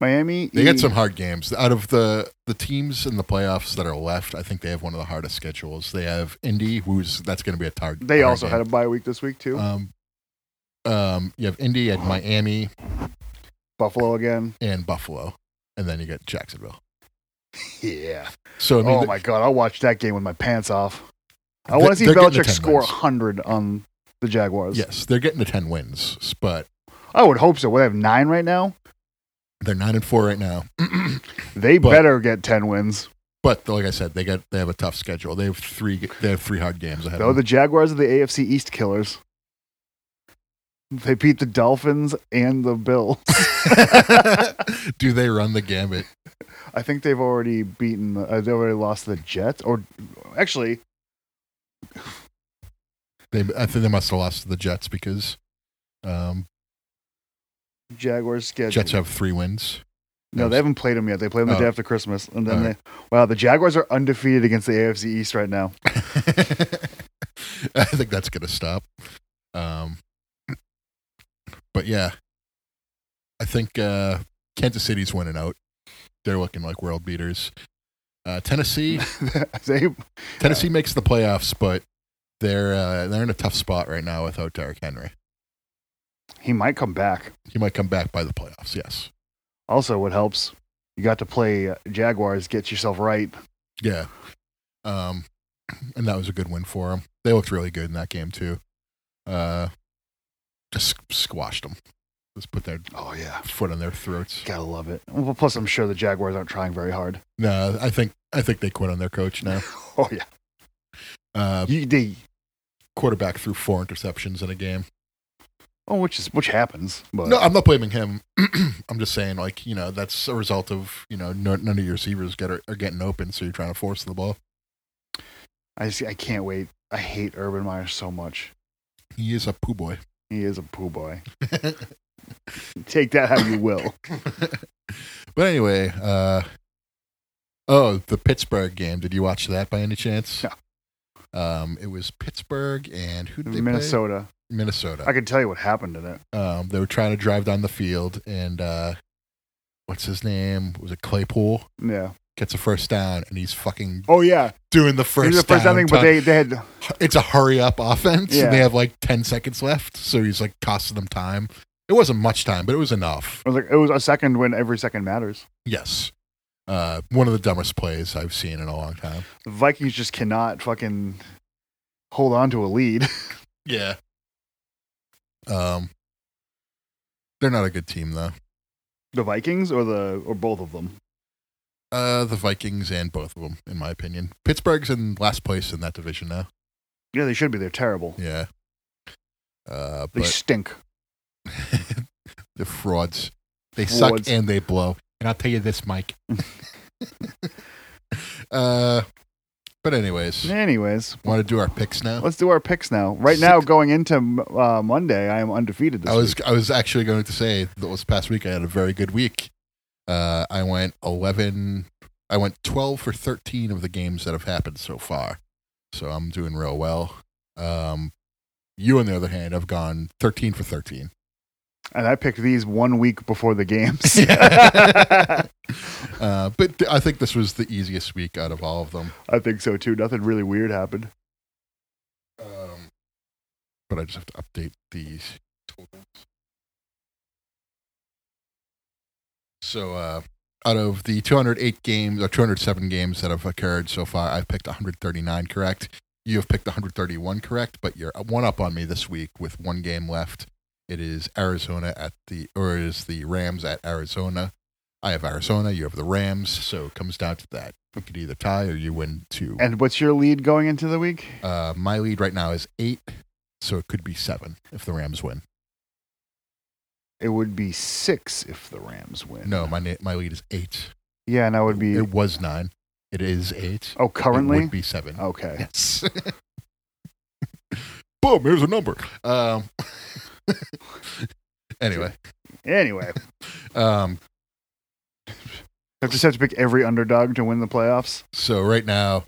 Speaker 2: Miami.
Speaker 1: they
Speaker 2: E-
Speaker 1: got some hard games out of the the teams in the playoffs that are left. I think they have one of the hardest schedules. They have Indy, who's that's going to be a tar- hard.
Speaker 2: They also
Speaker 1: game.
Speaker 2: had a bye week this week too.
Speaker 1: Um, um, you have Indy and Miami
Speaker 2: Buffalo again.
Speaker 1: and Buffalo, and then you get Jacksonville.
Speaker 2: Yeah.
Speaker 1: So I mean,
Speaker 2: oh
Speaker 1: th-
Speaker 2: my god, I'll watch that game with my pants off. I
Speaker 1: They-
Speaker 2: want to see
Speaker 1: they're getting the
Speaker 2: Belichick
Speaker 1: 10
Speaker 2: score
Speaker 1: wins.
Speaker 2: 100 on the Jaguars.
Speaker 1: yes, they're getting to ten wins, s- but
Speaker 2: I would hope so. Would they have nine right now?
Speaker 1: they're nine and four right now.
Speaker 2: They
Speaker 1: But-
Speaker 2: better get 10 wins.
Speaker 1: But like I said, they got they have a tough schedule. They have three they have three hard games ahead.
Speaker 2: Though
Speaker 1: of
Speaker 2: the
Speaker 1: them.
Speaker 2: Jaguars are the AFC East killers. They beat the Dolphins and the Bill.
Speaker 1: Do they run the gambit?
Speaker 2: I think they've already beaten. The, uh, they already lost the Jets, or actually,
Speaker 1: They I think they must have lost to the Jets because um,
Speaker 2: Jaguars schedule.
Speaker 1: Jets have three wins.
Speaker 2: no, they haven't played them yet. They play them the
Speaker 1: Oh.
Speaker 2: day after Christmas, and then
Speaker 1: All
Speaker 2: they. Wow, the Jaguars are undefeated against the AFC East right now.
Speaker 1: I think that's gonna stop. Um, but yeah, I think uh, Kansas City's winning out. They're looking like world beaters. Uh, Tennessee,
Speaker 2: they
Speaker 1: Tennessee makes the playoffs, but they're uh, they're in a tough spot right now without Derrick Henry.
Speaker 2: he might come back.
Speaker 1: He might come back by the playoffs. Yes.
Speaker 2: Also, what helps? You got to play uh, Jaguars. Get yourself right.
Speaker 1: Yeah. Um, and that was a good win for them. They looked really good in that game too. Uh, just squashed them. Just put their
Speaker 2: Oh yeah,
Speaker 1: foot on their throats.
Speaker 2: gotta love it. Well, plus, I'm sure the Jaguars aren't trying very hard.
Speaker 1: No, I think I think they quit on their coach now.
Speaker 2: Oh yeah,
Speaker 1: Uh,
Speaker 2: you, they
Speaker 1: quarterback threw four interceptions in a game.
Speaker 2: Oh, which is which happens, but
Speaker 1: No, I'm not blaming him. I'm just saying, like you know, that's a result of you know no, none of your receivers get are getting open, so you're trying to force the ball.
Speaker 2: I just I can't wait. I hate Urban Meyer so much.
Speaker 1: He is a poo boy.
Speaker 2: He is a poo boy. Take that how you will.
Speaker 1: but anyway, uh, oh, the Pittsburgh game. Did you watch that by any chance?
Speaker 2: No.
Speaker 1: Um, it was Pittsburgh and who did they
Speaker 2: Minnesota.
Speaker 1: play? Minnesota.
Speaker 2: I can tell you what happened in it.
Speaker 1: Um, they were trying to drive down the field, and uh, what's his name? Was it Claypool?
Speaker 2: Yeah.
Speaker 1: Gets a first down, and he's fucking
Speaker 2: Oh yeah.
Speaker 1: doing the
Speaker 2: It
Speaker 1: first,
Speaker 2: was the first
Speaker 1: down.
Speaker 2: down thing, but
Speaker 1: time.
Speaker 2: they they had
Speaker 1: it's a hurry up offense,
Speaker 2: Yeah.
Speaker 1: and they have like ten seconds left, so he's like costing them time. It wasn't much time, but it was enough.
Speaker 2: it was like it was a second when every second matters.
Speaker 1: Yes. Uh, one of the dumbest plays I've seen in a long time.
Speaker 2: The Vikings just cannot fucking hold on to a lead.
Speaker 1: Yeah. Um, they're not a good team though.
Speaker 2: The Vikings or the or both of them.
Speaker 1: Uh, the Vikings and both of them, in my opinion. Pittsburgh's in last place in that division now.
Speaker 2: Yeah, they should be. They're terrible.
Speaker 1: Yeah. Uh,
Speaker 2: They
Speaker 1: but
Speaker 2: stink.
Speaker 1: the frauds, they
Speaker 2: Frauds.
Speaker 1: suck and they blow. And I'll tell you this, Mike. uh, but anyways,
Speaker 2: Anyways,
Speaker 1: want to do our picks now?
Speaker 2: let's do our picks now. Right now, going into uh, Monday, I am undefeated. This
Speaker 1: I was
Speaker 2: week.
Speaker 1: I was actually going to say that this past week I had a very good week. Uh, I went eleven. I went twelve for thirteen of the games that have happened so far, so I'm doing real well. Um, you, on the other hand, have gone thirteen for thirteen.
Speaker 2: and I picked these one week before the games.
Speaker 1: Uh, but th- I think this was the easiest week out of all of them.
Speaker 2: I think so too. Nothing really weird happened.
Speaker 1: Um, but I just have to update these totals. So, uh, out of the 208 games or 207 games that have occurred so far, I've picked 139 correct. You have picked 131 correct, but you're one up on me this week with one game left. It is Arizona at the, or it is the Rams at Arizona. I have Arizona. You have the Rams. So it comes down to that. We could either tie or you win two.
Speaker 2: And what's your lead going into the week?
Speaker 1: Uh, my lead right now is eight, so it could be seven if the Rams win.
Speaker 2: It would be six if the Rams win.
Speaker 1: No, my na- my lead is eight.
Speaker 2: Yeah, and that would be
Speaker 1: It was nine. It is eight.
Speaker 2: oh
Speaker 1: it
Speaker 2: currently. Oh.
Speaker 1: would be seven.
Speaker 2: Okay.
Speaker 1: Yes. Boom! Here's a number. Um. anyway,
Speaker 2: Anyway,
Speaker 1: um,
Speaker 2: I just have to pick every underdog to win the playoffs.
Speaker 1: so right now,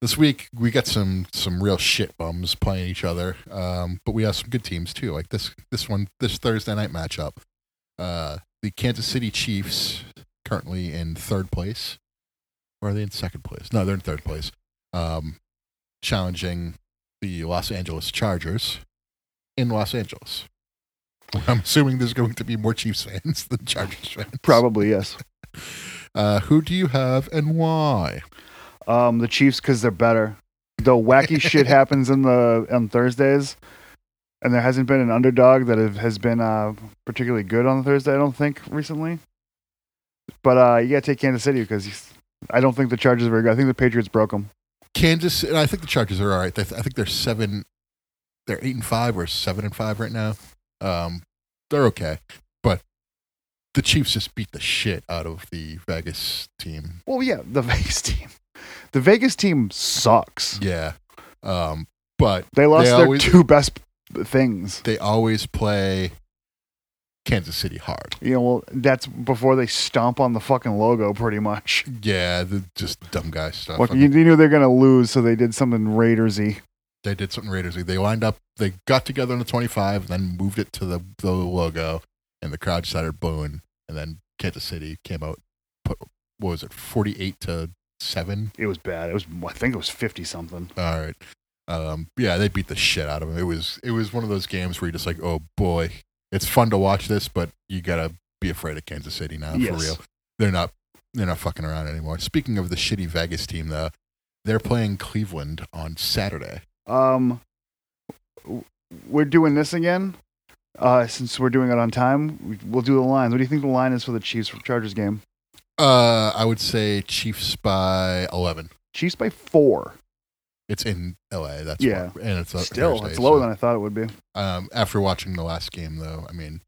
Speaker 1: this week we got some some real shit bums playing each other. Um, but we have some good teams too. Like this this one this Thursday night matchup. Uh, the Kansas City Chiefs currently in third place. Or are they in second place? No, they're in third place. Um, challenging the Los Angeles Chargers in Los Angeles. I'm assuming there's going to be more Chiefs fans than Chargers fans.
Speaker 2: Probably yes.
Speaker 1: Uh, who do you have and why?
Speaker 2: Um, the Chiefs because they're better. Though wacky shit happens in the on Thursdays, and there hasn't been an underdog that have, has been uh, particularly good on Thursday. I don't think recently. But uh, you gotta take Kansas City because I don't think the Chargers are very good. I think the Patriots broke them.
Speaker 1: Kansas, and I think the Chargers are all right. They- I think they're seven, they're eight and five or seven and five right now. Um, they're okay, but the Chiefs just beat the shit out of the Vegas team.
Speaker 2: Well, yeah, the Vegas team. The Vegas team sucks.
Speaker 1: Yeah, um, but
Speaker 2: They lost
Speaker 1: They
Speaker 2: their
Speaker 1: always-
Speaker 2: two best things.
Speaker 1: they always play Kansas City hard.
Speaker 2: You know, well, that's before they stomp on the fucking logo, pretty much.
Speaker 1: Yeah, the just dumb guy stuff.
Speaker 2: Look,
Speaker 1: I
Speaker 2: you,
Speaker 1: mean,
Speaker 2: you knew they're gonna lose, so they did something Raidersy.
Speaker 1: they did something Raiders. They lined up. They got together on the twenty-five, then moved it to the the logo, and the crowd started booing. And then Kansas City came out. Put what was it, forty-eight to seven?
Speaker 2: It was bad. It was, I think it was fifty something.
Speaker 1: All right. Um, yeah, they beat the shit out of him. It was it was one of those games where you're just like, oh boy, it's fun to watch this, but you gotta be afraid of Kansas City now for
Speaker 2: Yes.
Speaker 1: real. They're not they're not fucking around anymore. Speaking of the shitty Vegas team, though, they're playing Cleveland on Saturday.
Speaker 2: Um, w- we're doing this again. Uh, since we're doing it on time, we- we'll do the lines. What do you think the line is for the Chiefs Chargers game?
Speaker 1: Uh, I would say Chiefs by eleven.
Speaker 2: Chiefs by four.
Speaker 1: It's in L.A. That's
Speaker 2: Yeah.
Speaker 1: why- and it's a
Speaker 2: Still,
Speaker 1: Thursday,
Speaker 2: it's lower
Speaker 1: so-
Speaker 2: than I thought it would be.
Speaker 1: Um, after watching the last game, though, I mean,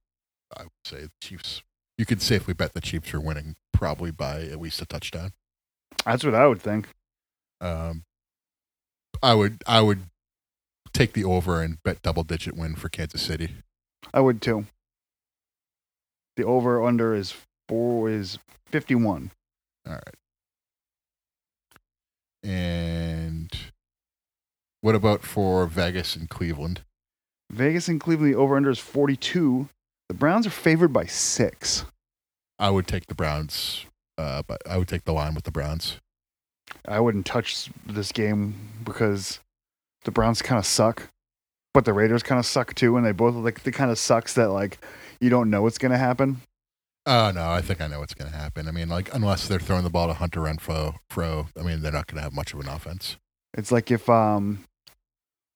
Speaker 1: I would say the Chiefs. You could safely bet the Chiefs are winning probably by at least a touchdown.
Speaker 2: That's what I would think.
Speaker 1: Um, I would I would take the over and bet double digit win for Kansas City.
Speaker 2: I would too. The over under is four is fifty one.
Speaker 1: And what about for Vegas and Cleveland?
Speaker 2: Vegas and Cleveland the over under is forty two. The Browns are favored by six.
Speaker 1: I would take the Browns. Uh, but I would take the line with the Browns.
Speaker 2: I wouldn't touch this game because the Browns kind of suck, but the Raiders kind of suck too, and they both like the kind of sucks that like you don't know what's gonna happen.
Speaker 1: Oh no, I think I know what's going to happen. I mean, like unless they're throwing the ball to Hunter Renfro, Fro, I mean, they're not going to have much of an offense.
Speaker 2: It's like if um,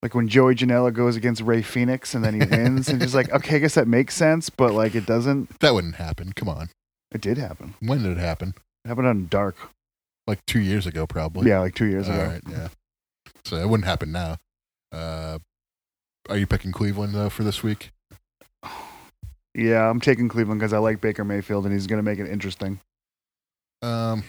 Speaker 2: like when Joey Janela goes against Ray Phoenix and then he wins, and just like okay, I guess that makes sense, but like it doesn't.
Speaker 1: That wouldn't happen. Come on,
Speaker 2: It did happen.
Speaker 1: when did it happen?
Speaker 2: It happened on Dark.
Speaker 1: Like two years ago, probably.
Speaker 2: Yeah, like two years ago.
Speaker 1: All right, yeah. So it wouldn't happen now. Uh, are you picking Cleveland though for this week?
Speaker 2: Yeah, I'm taking Cleveland because I like Baker Mayfield and he's going to make it interesting.
Speaker 1: Um,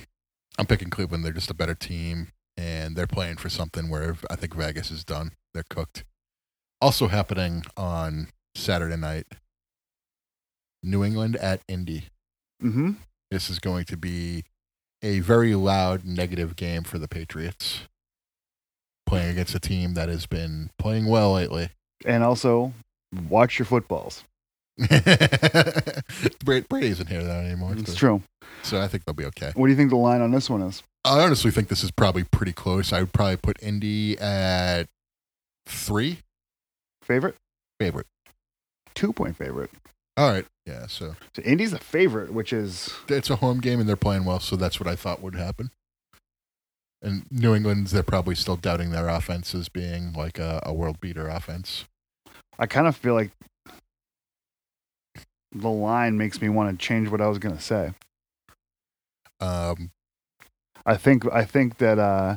Speaker 1: I'm picking Cleveland. They're just a better team, and they're playing for something where I think Vegas is done. They're cooked. Also happening on Saturday night, New England at Indy.
Speaker 2: Mm-hmm.
Speaker 1: This is going to be a very loud negative game for the Patriots, playing against a team that has been playing well lately.
Speaker 2: And also, watch your footballs.
Speaker 1: Brady, Brady isn't here though anymore,
Speaker 2: It's
Speaker 1: so,
Speaker 2: true.
Speaker 1: so I think they'll be okay.
Speaker 2: What do you think the line on this one is?
Speaker 1: I honestly think this is probably pretty close. I would probably put Indy at three
Speaker 2: Favorite?
Speaker 1: favorite.
Speaker 2: Two point favorite.
Speaker 1: All right, yeah. So
Speaker 2: So Indy's the favorite, which is
Speaker 1: it's a home game and they're playing well, so that's what I thought would happen. And New England's they're probably still doubting their offense as being like a, a world beater offense.
Speaker 2: I kind of feel like the line makes me want to change what I was going to say.
Speaker 1: Um,
Speaker 2: I think I think that uh,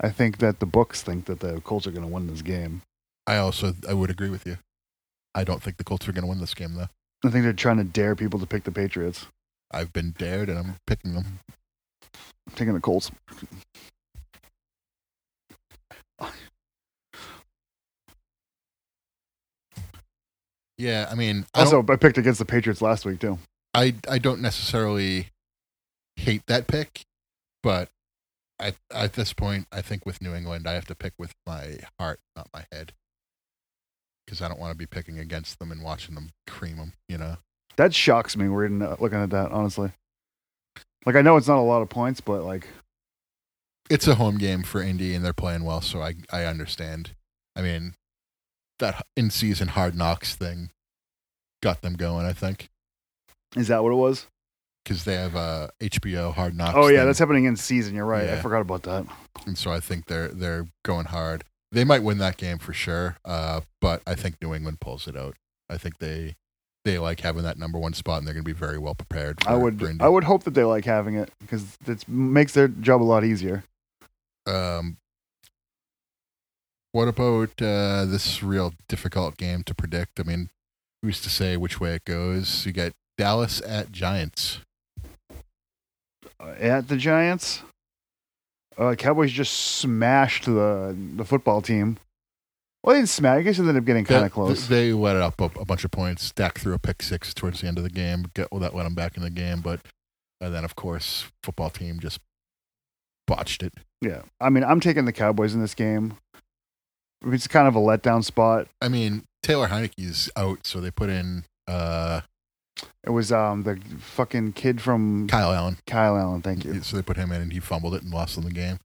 Speaker 2: I think that the books think that the Colts are going to win this game.
Speaker 1: I also I would agree with you. I don't think the Colts are going to win this game though.
Speaker 2: I think they're trying to dare people to pick the Patriots.
Speaker 1: I've been dared and I'm picking them.
Speaker 2: I'm taking the Colts.
Speaker 1: Yeah, I mean, I don't,
Speaker 2: Also, I picked against the Patriots last week too.
Speaker 1: I I don't necessarily hate that pick, but at at this point, I think with New England, I have to pick with my heart, not my head, because I don't want to be picking against them and watching them cream them. You know,
Speaker 2: That shocks me. We're in, uh, looking at that honestly. Like I know it's not a lot of points, but like
Speaker 1: it's a home game for Indy, and they're playing well, so I I understand. I mean, that in season hard knocks thing got them going. I think
Speaker 2: Is that what it was?
Speaker 1: because they have uh, a HBO hard knocks.
Speaker 2: Oh yeah,
Speaker 1: thing.
Speaker 2: that's happening in season. You're right. I
Speaker 1: Yeah.
Speaker 2: forgot about that.
Speaker 1: and so I think they're they're going hard. They might win that game for sure, uh, but I think New England pulls it out. I think they they like having that number one spot, and they're going to be very well prepared. For,
Speaker 2: I would.
Speaker 1: for Indy.
Speaker 2: I would hope that they like having it because it makes their job a lot easier.
Speaker 1: Um, what about uh, this real difficult game to predict? I mean, who's to say which way it goes? You got Dallas at Giants.
Speaker 2: Uh, At the Giants, uh, Cowboys just smashed the the football team. Well, they didn't smash. I guess it ended up getting kind
Speaker 1: That-
Speaker 2: of close.
Speaker 1: They let up a, a bunch of points. Stack threw a pick six towards the end of the game. Got, well, that let them back in the game, but and then of course football team just botched it.
Speaker 2: yeah, I mean, I'm taking the Cowboys in this game. It's kind of a letdown spot.
Speaker 1: I mean, Taylor Heineke's out, so they put in uh,
Speaker 2: It was um the fucking kid from
Speaker 1: Kyle Allen.
Speaker 2: Kyle Allen. Thank you.
Speaker 1: So they put him in, and he fumbled it and lost in the game.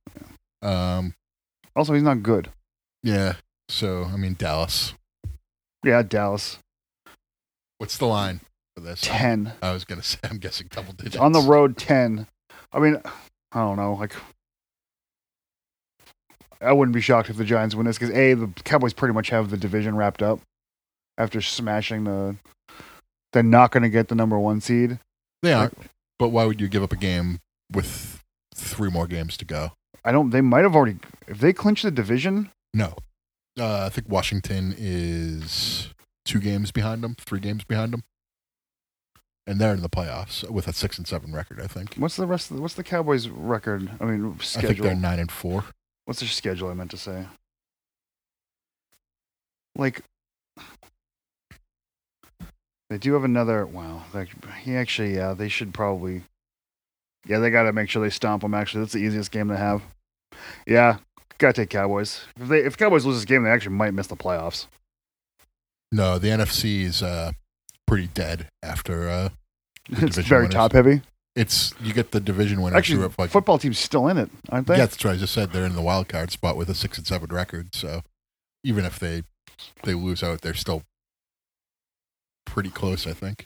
Speaker 1: Um,
Speaker 2: Also, he's not good.
Speaker 1: yeah. So I mean, Dallas.
Speaker 2: Yeah, Dallas
Speaker 1: What's the line for this?
Speaker 2: ten.
Speaker 1: I was gonna say, I'm guessing double digits
Speaker 2: on the road 10 i mean i don't know like i wouldn't be shocked if the giants win this because a the cowboys pretty much have the division wrapped up after smashing the they're not going to get the number one seed
Speaker 1: They are, but why would you give up a game with three more games to go?
Speaker 2: i don't they might have already if they clinch the division
Speaker 1: No, uh, I think Washington is two games behind them, three games behind them, and they're in the playoffs with a six and seven record. I think.
Speaker 2: what's the rest of the, what's the cowboys record i mean
Speaker 1: I think they're
Speaker 2: schedule
Speaker 1: nine and four.
Speaker 2: what's their schedule i meant to say like they do have another wow that, he actually yeah they should probably yeah they gotta make sure they stomp them actually that's the easiest game to have yeah gotta take cowboys if they if cowboys lose this game they actually might miss the playoffs
Speaker 1: No, the NFC is uh, pretty dead after. Uh,
Speaker 2: it's
Speaker 1: division
Speaker 2: very
Speaker 1: winners.
Speaker 2: top heavy
Speaker 1: it's you get the division winners who
Speaker 2: actually
Speaker 1: are fucking-
Speaker 2: football team's still in it aren't they
Speaker 1: Yeah, that's right. I just said they're in the wild card spot with a six and seven record. So even if they they lose out, they're still pretty close. I think.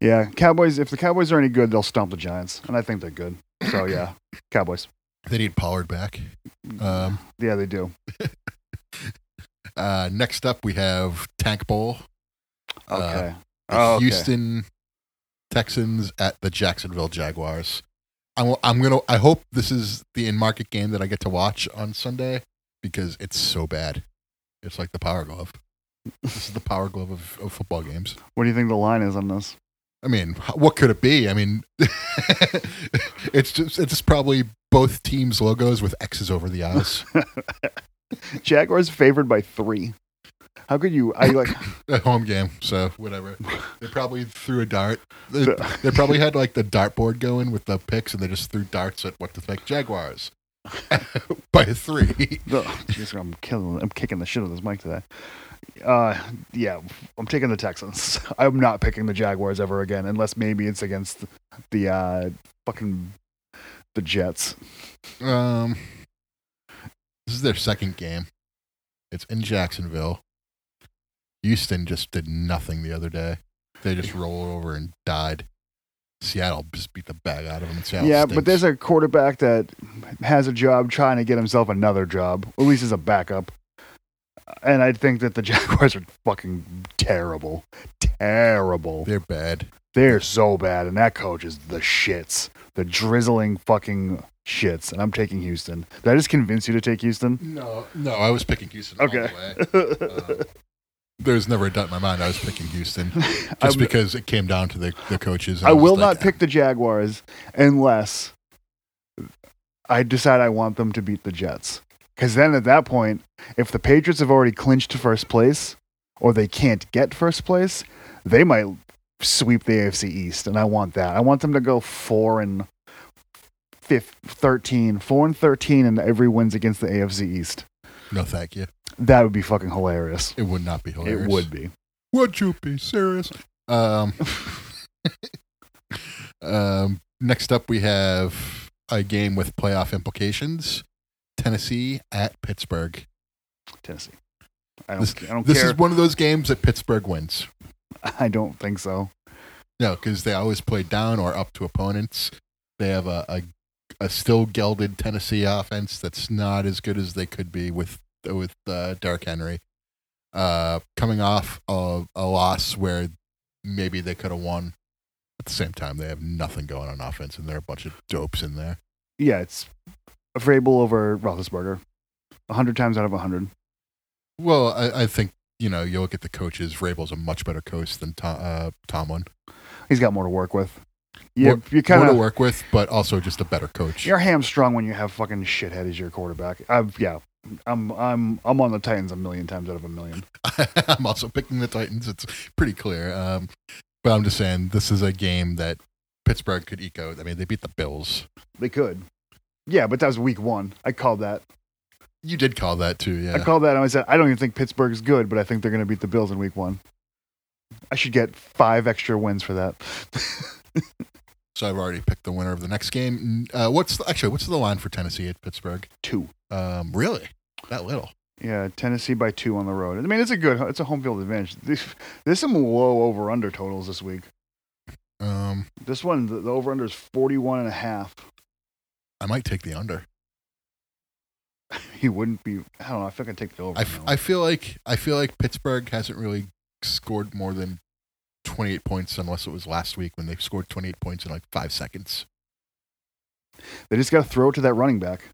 Speaker 2: yeah cowboys if the cowboys are any good they'll stomp the giants and i think they're good so yeah cowboys
Speaker 1: They need Pollard back.
Speaker 2: Mm,
Speaker 1: Um,
Speaker 2: yeah they do
Speaker 1: uh, next up, we have Tank Bowl. Uh,
Speaker 2: Oh, Okay.
Speaker 1: the Houston Texans at the Jacksonville Jaguars. I'm, I'm gonna. I hope this is the in market game that I get to watch on Sunday because it's so bad. It's like the Power Glove. This is the Power Glove of, of football games.
Speaker 2: What do you think the line is on this?
Speaker 1: I mean, h- what could it be? I mean, it's just it's just probably both teams' logos with X's over the eyes.
Speaker 2: Jaguars favored by three. How could you? I like.
Speaker 1: A home game, so whatever. They probably threw a dart. They,
Speaker 2: The-
Speaker 1: they probably had like the dartboard going with the picks, and they just threw darts at what to think Jaguars by three.
Speaker 2: the, geez, I'm killing. I'm kicking the shit out of this mic today. Uh, yeah, I'm taking the Texans. I'm not picking the Jaguars ever again, unless maybe it's against the uh, fucking the Jets.
Speaker 1: Um, this is their second game. It's in Jacksonville. Houston just did nothing the other day. They just rolled over and died. Seattle just beat the bag out of them. Seattle
Speaker 2: yeah,
Speaker 1: stinks.
Speaker 2: but there's a quarterback that has a job trying to get himself another job. At least as a backup. and I think that the Jaguars are fucking terrible, terrible.
Speaker 1: They're bad.
Speaker 2: They're so bad, and that coach is the shits, the drizzling fucking shits. And I'm taking Houston. Did I just convince you to take Houston?
Speaker 1: No, no, I was picking Houston.
Speaker 2: Okay.
Speaker 1: Um, there was never a doubt in my mind I was picking Houston just
Speaker 2: I'm-
Speaker 1: because it came down to the, the coaches. and
Speaker 2: I
Speaker 1: was
Speaker 2: will
Speaker 1: like,
Speaker 2: not pick the Jaguars unless I decide I want them to beat the Jets. Because then at that point, if the Patriots have already clinched first place or they can't get first place, they might sweep the AFC East. And I want that. I want them to go 4 and fif 13, 4 and 13, and every wins against the AFC East.
Speaker 1: No, thank you.
Speaker 2: That would be fucking hilarious.
Speaker 1: It would not be hilarious.
Speaker 2: It would be.
Speaker 1: Would you be serious? Um, um, next up, we have a game with playoff implications. Tennessee at Pittsburgh.
Speaker 2: Tennessee. I don't, I don't
Speaker 1: This
Speaker 2: care.
Speaker 1: is one of those games that Pittsburgh wins.
Speaker 2: I don't think so.
Speaker 1: No, because they always play down or up to opponents. They have a, a a still gelded Tennessee offense that's not as good as they could be with with uh, Derrick Henry, uh, coming off of a loss where maybe they could have won. At the same time, they have nothing going on offense, and they're a bunch of dopes in there.
Speaker 2: yeah, it's Vrabel over Roethlisberger, a hundred times out of a hundred.
Speaker 1: Well, I, I think you know you look at the coaches. Vrabel's a much better coach than Tom, uh, Tomlin.
Speaker 2: He's got more to work with. Yeah,
Speaker 1: More-
Speaker 2: you
Speaker 1: More
Speaker 2: kind
Speaker 1: to
Speaker 2: of
Speaker 1: work with, but also just a better coach.
Speaker 2: you're hamstrung when you have fucking shithead as your quarterback. I've, yeah, I'm I'm I'm on the Titans a million times out of a million.
Speaker 1: I'm also picking the Titans. It's pretty clear. Um, but I'm just saying this is a game that Pittsburgh could eco. I mean, they beat the Bills.
Speaker 2: They could, yeah, but that was week one. I called that.
Speaker 1: You did call that too, yeah.
Speaker 2: I called that, and I said I don't even think Pittsburgh's good, but I think they're going to beat the Bills in week one. I should get five extra wins for that.
Speaker 1: so I've already picked the winner of the next game. Uh, what's the, actually what's the line for Tennessee at Pittsburgh?
Speaker 2: Two.
Speaker 1: Um, really, that little.
Speaker 2: Yeah, Tennessee by two on the road. I mean, it's a good, it's a home field advantage. This- There's some low over under totals this week.
Speaker 1: Um,
Speaker 2: This one, the, the over under is 41 and a half.
Speaker 1: I might take the under.
Speaker 2: He wouldn't be, I don't know, I think I'd take the over.
Speaker 1: I, f-
Speaker 2: now.
Speaker 1: I feel like I feel like Pittsburgh hasn't really scored more than 28 points unless it was last week when they scored 28 points in like five seconds.
Speaker 2: they just got to throw it to that running back,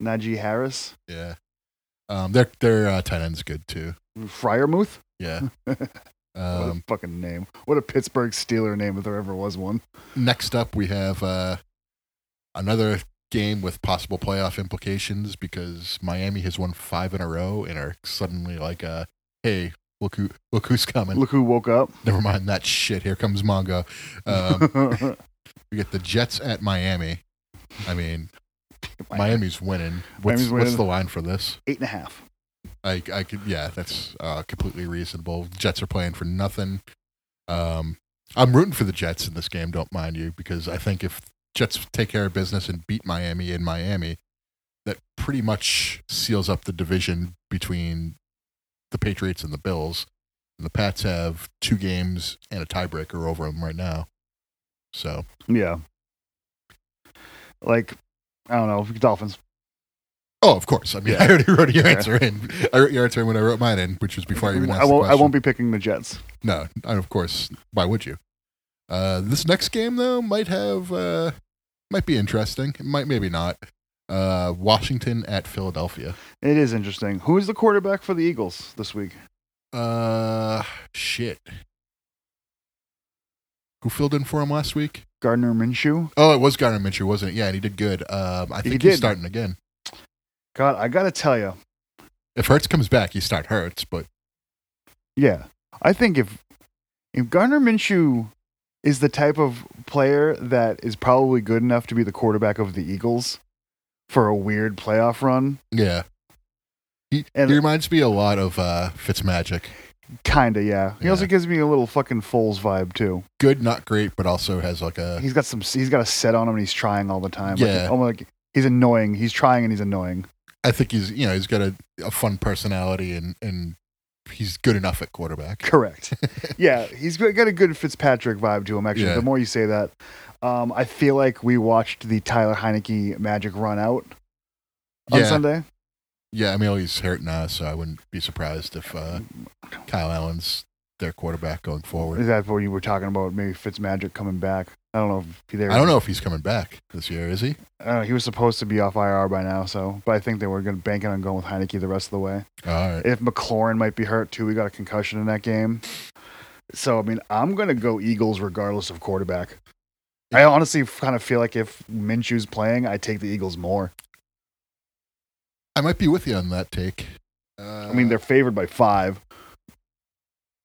Speaker 2: Najee Harris,
Speaker 1: yeah, um, their their uh, tight end's good too.
Speaker 2: Fryermuth.
Speaker 1: Yeah.
Speaker 2: What
Speaker 1: um,
Speaker 2: a fucking name. What a Pittsburgh Steeler name if there ever was one.
Speaker 1: next up, we have uh, another game with possible playoff implications because Miami has won five in a row and are suddenly like, uh, "Hey, look who look who's coming."
Speaker 2: Look who woke up.
Speaker 1: Never mind that shit. Here comes Mongo. Um, we get the Jets at Miami. I mean, Miami's winning. What's,
Speaker 2: Miami's
Speaker 1: what's
Speaker 2: winning.
Speaker 1: the line for this?
Speaker 2: Eight and a half.
Speaker 1: I, I could, yeah, that's uh, completely reasonable. Jets are playing for nothing. Um, I'm rooting for the Jets in this game, don't mind you, because I think if Jets take care of business and beat Miami in Miami, that pretty much seals up the division between the Patriots and the Bills. And the Pats have two games and a tiebreaker over them right now. So,
Speaker 2: Yeah. Like, I don't know, Dolphins.
Speaker 1: oh, of course. I mean, I already wrote your answer in. I wrote your answer in when I wrote mine in, which was before I even asked
Speaker 2: I
Speaker 1: the
Speaker 2: won't, I
Speaker 1: question.
Speaker 2: won't be picking the Jets.
Speaker 1: No, and of course, why would you? Uh, this next game though might have uh, might be interesting. It might maybe not. Uh, Washington at Philadelphia.
Speaker 2: It is interesting. Who is the quarterback for the Eagles this week?
Speaker 1: Uh, shit. Who filled in for him last week?
Speaker 2: Gardner Minshew.
Speaker 1: Oh, it was Garner Minshew, wasn't it? Yeah, and he did good. Um, I
Speaker 2: He
Speaker 1: think
Speaker 2: did.
Speaker 1: he's starting again.
Speaker 2: God, I gotta tell you,
Speaker 1: If Hertz comes back, you start Hertz, but
Speaker 2: yeah, I think if if Gardner Minshew is the type of player that is probably good enough to be the quarterback of the Eagles for a weird playoff run,
Speaker 1: yeah. He,
Speaker 2: And-
Speaker 1: he reminds me a lot of uh, Fitzmagic.
Speaker 2: kinda, yeah. He also
Speaker 1: Yeah.
Speaker 2: gives me a little fucking Foles vibe too.
Speaker 1: Good, not great, but also has like a
Speaker 2: He's got some, he's got a set on him, and he's trying all the time. Like,
Speaker 1: Yeah.
Speaker 2: almost like he's annoying. He's trying and he's annoying.
Speaker 1: I think he's you know he's got a, a fun personality and and he's good enough at quarterback.
Speaker 2: Correct. yeah, he's got got a good Fitzpatrick vibe to him. Actually,
Speaker 1: Yeah.
Speaker 2: the more you say that, um, I feel like we watched the Tyler Heineke magic run out on
Speaker 1: Yeah.
Speaker 2: Sunday.
Speaker 1: yeah, I mean, oh, he's hurt now, so I wouldn't be surprised if uh, Kyle Allen's their quarterback going
Speaker 2: Is
Speaker 1: forward.
Speaker 2: that what you were talking about? Maybe Fitzmagic coming back. I don't know if he there.
Speaker 1: I don't know if he's coming back this year, is he?
Speaker 2: I don't know. He was supposed to be off IR by now, so but I think they were going to banking on going with Heineke the rest of the way.
Speaker 1: All right.
Speaker 2: If McLaurin might be hurt too, we got a concussion in that game. So I mean, I'm going to go Eagles regardless of quarterback. I honestly kind of feel like if Minshew's playing, I take the Eagles more.
Speaker 1: I might be with you on that take. Uh,
Speaker 2: I mean, they're favored by five.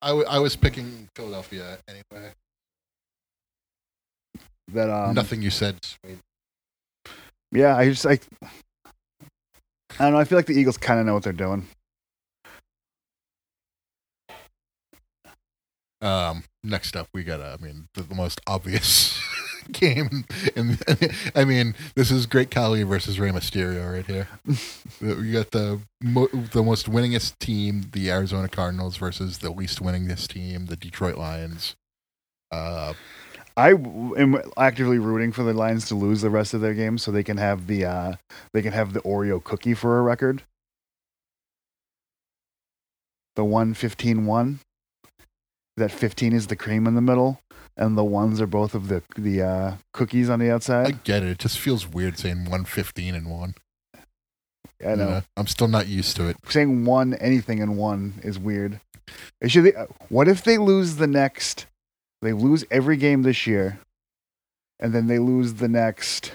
Speaker 1: I, w- I was picking Philadelphia anyway.
Speaker 2: That um,
Speaker 1: Nothing you said. swayed.
Speaker 2: Yeah, I just like I don't know. I feel like the Eagles kind of know what they're doing.
Speaker 1: Um, next up, we got, uh, I mean, the, the most obvious game. And I mean, this is Great Khali versus Rey Mysterio right here. you got the mo- the most winningest team, the Arizona Cardinals, versus the least winningest team, the Detroit Lions. Uh,
Speaker 2: I w- am actively rooting for the Lions to lose the rest of their games so they can have the uh, they can have the Oreo cookie for a record. The one fifteen one. That fifteen is the cream in the middle, and the ones are both of the the uh, cookies on the
Speaker 1: I
Speaker 2: outside.
Speaker 1: get it. It just feels weird saying one fifteen and one.
Speaker 2: I, know.
Speaker 1: you I'm still not used to it.
Speaker 2: saying one anything in one is weird. They should. They, what if they lose the next? They lose every game this year, and then they lose the next.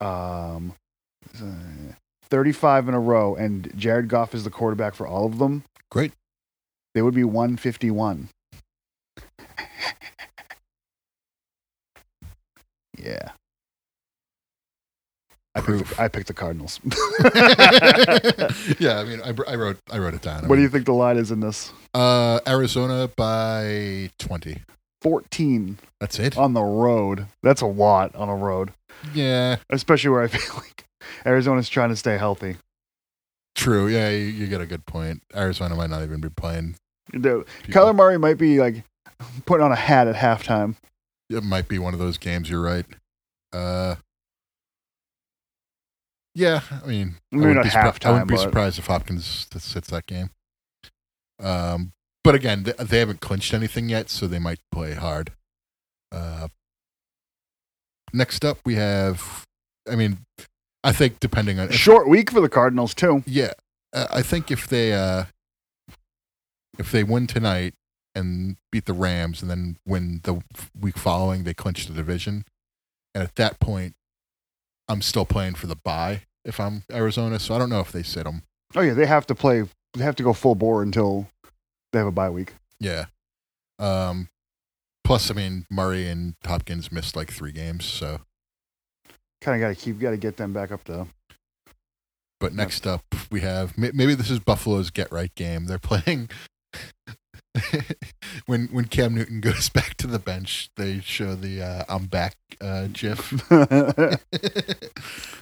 Speaker 2: Um, uh, thirty-five in a row, and Jared Goff is the quarterback for all of them.
Speaker 1: Great.
Speaker 2: They would be one fifty-one. yeah. I picked,
Speaker 1: Proof.
Speaker 2: the, I picked the Cardinals.
Speaker 1: yeah, I mean, I, br- I wrote I wrote it down. I
Speaker 2: What do
Speaker 1: mean,
Speaker 2: you think the line is in this?
Speaker 1: Uh, Arizona by 20.
Speaker 2: 14
Speaker 1: That's it.
Speaker 2: on the road. That's a lot on a road,
Speaker 1: Yeah,
Speaker 2: especially where I feel like Arizona's trying to stay healthy.
Speaker 1: true. Yeah, you, you get a good point. Arizona might not even be playing.
Speaker 2: The-
Speaker 1: people.
Speaker 2: Kyler Murray might be like putting on a hat at halftime.
Speaker 1: It might be one of those games. You're right. Uh, yeah, I mean,
Speaker 2: Maybe
Speaker 1: I wouldn't
Speaker 2: not
Speaker 1: be surpri- I wouldn't
Speaker 2: halftime,
Speaker 1: be
Speaker 2: but-
Speaker 1: surprised if Hopkins th- sits that game. Um, but again, they, they haven't clinched anything yet, so they might play hard. Uh, next up, we have. I mean, I think depending on if-
Speaker 2: Short week for the Cardinals, too.
Speaker 1: Yeah, uh, I think if they uh, if they win tonight and beat the Rams, and then win the week following, they clinch the division. And at that point, I'm still playing for the bye if I'm Arizona. So I don't know if they sit them.
Speaker 2: Oh, yeah, they have to play, they have to go full bore until they have a bye week.
Speaker 1: Yeah. Um. Plus, I mean, Murray and Hopkins missed like three games. So,
Speaker 2: Kind of got to keep, got to get them back up, though.
Speaker 1: but next up we have may- maybe this is Buffalo's get right game. They're playing. when when Cam Newton goes back to the bench, they show the uh, "I'm back" uh, gif,
Speaker 2: like,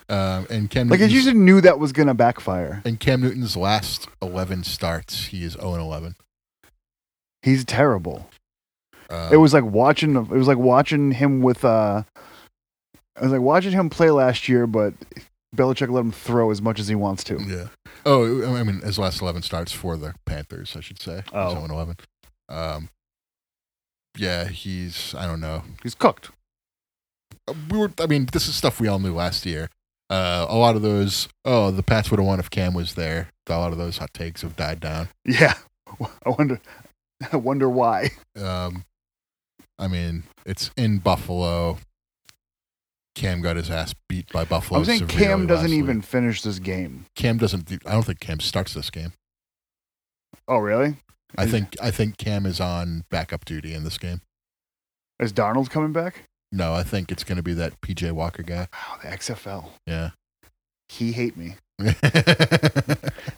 Speaker 1: um, and Cam
Speaker 2: I
Speaker 1: Newton's,
Speaker 2: just knew that was going to backfire.
Speaker 1: and Cam Newton's last eleven starts, he is zero and eleven.
Speaker 2: He's terrible.
Speaker 1: Um,
Speaker 2: it was like watching it was like watching him with uh it was like watching him play last year but Belichick let him throw as much as he wants to.
Speaker 1: yeah. Oh, I mean, his last eleven starts for the Panthers, I should say.
Speaker 2: Oh.
Speaker 1: he's zero and eleven. Um, yeah, he's I don't know.
Speaker 2: He's cooked.
Speaker 1: we were I mean, this is stuff we all knew last year. Uh, a lot of those, oh, the Pats would have won if Cam was there. A lot of those hot takes have died down.
Speaker 2: Yeah. I wonder I wonder why.
Speaker 1: Um, I mean, it's in Buffalo. Cam got his ass beat by Buffalo.
Speaker 2: I'm saying
Speaker 1: severely
Speaker 2: Cam doesn't
Speaker 1: last week.
Speaker 2: even finish this game.
Speaker 1: Cam doesn't. do- I don't think Cam starts this game.
Speaker 2: Oh really?
Speaker 1: I
Speaker 2: Is-
Speaker 1: think I think Cam is on backup duty in this game.
Speaker 2: Is Donald coming back?
Speaker 1: No, I think it's going to be that PJ Walker guy.
Speaker 2: Wow, the XFL.
Speaker 1: Yeah.
Speaker 2: He hate me.
Speaker 1: uh,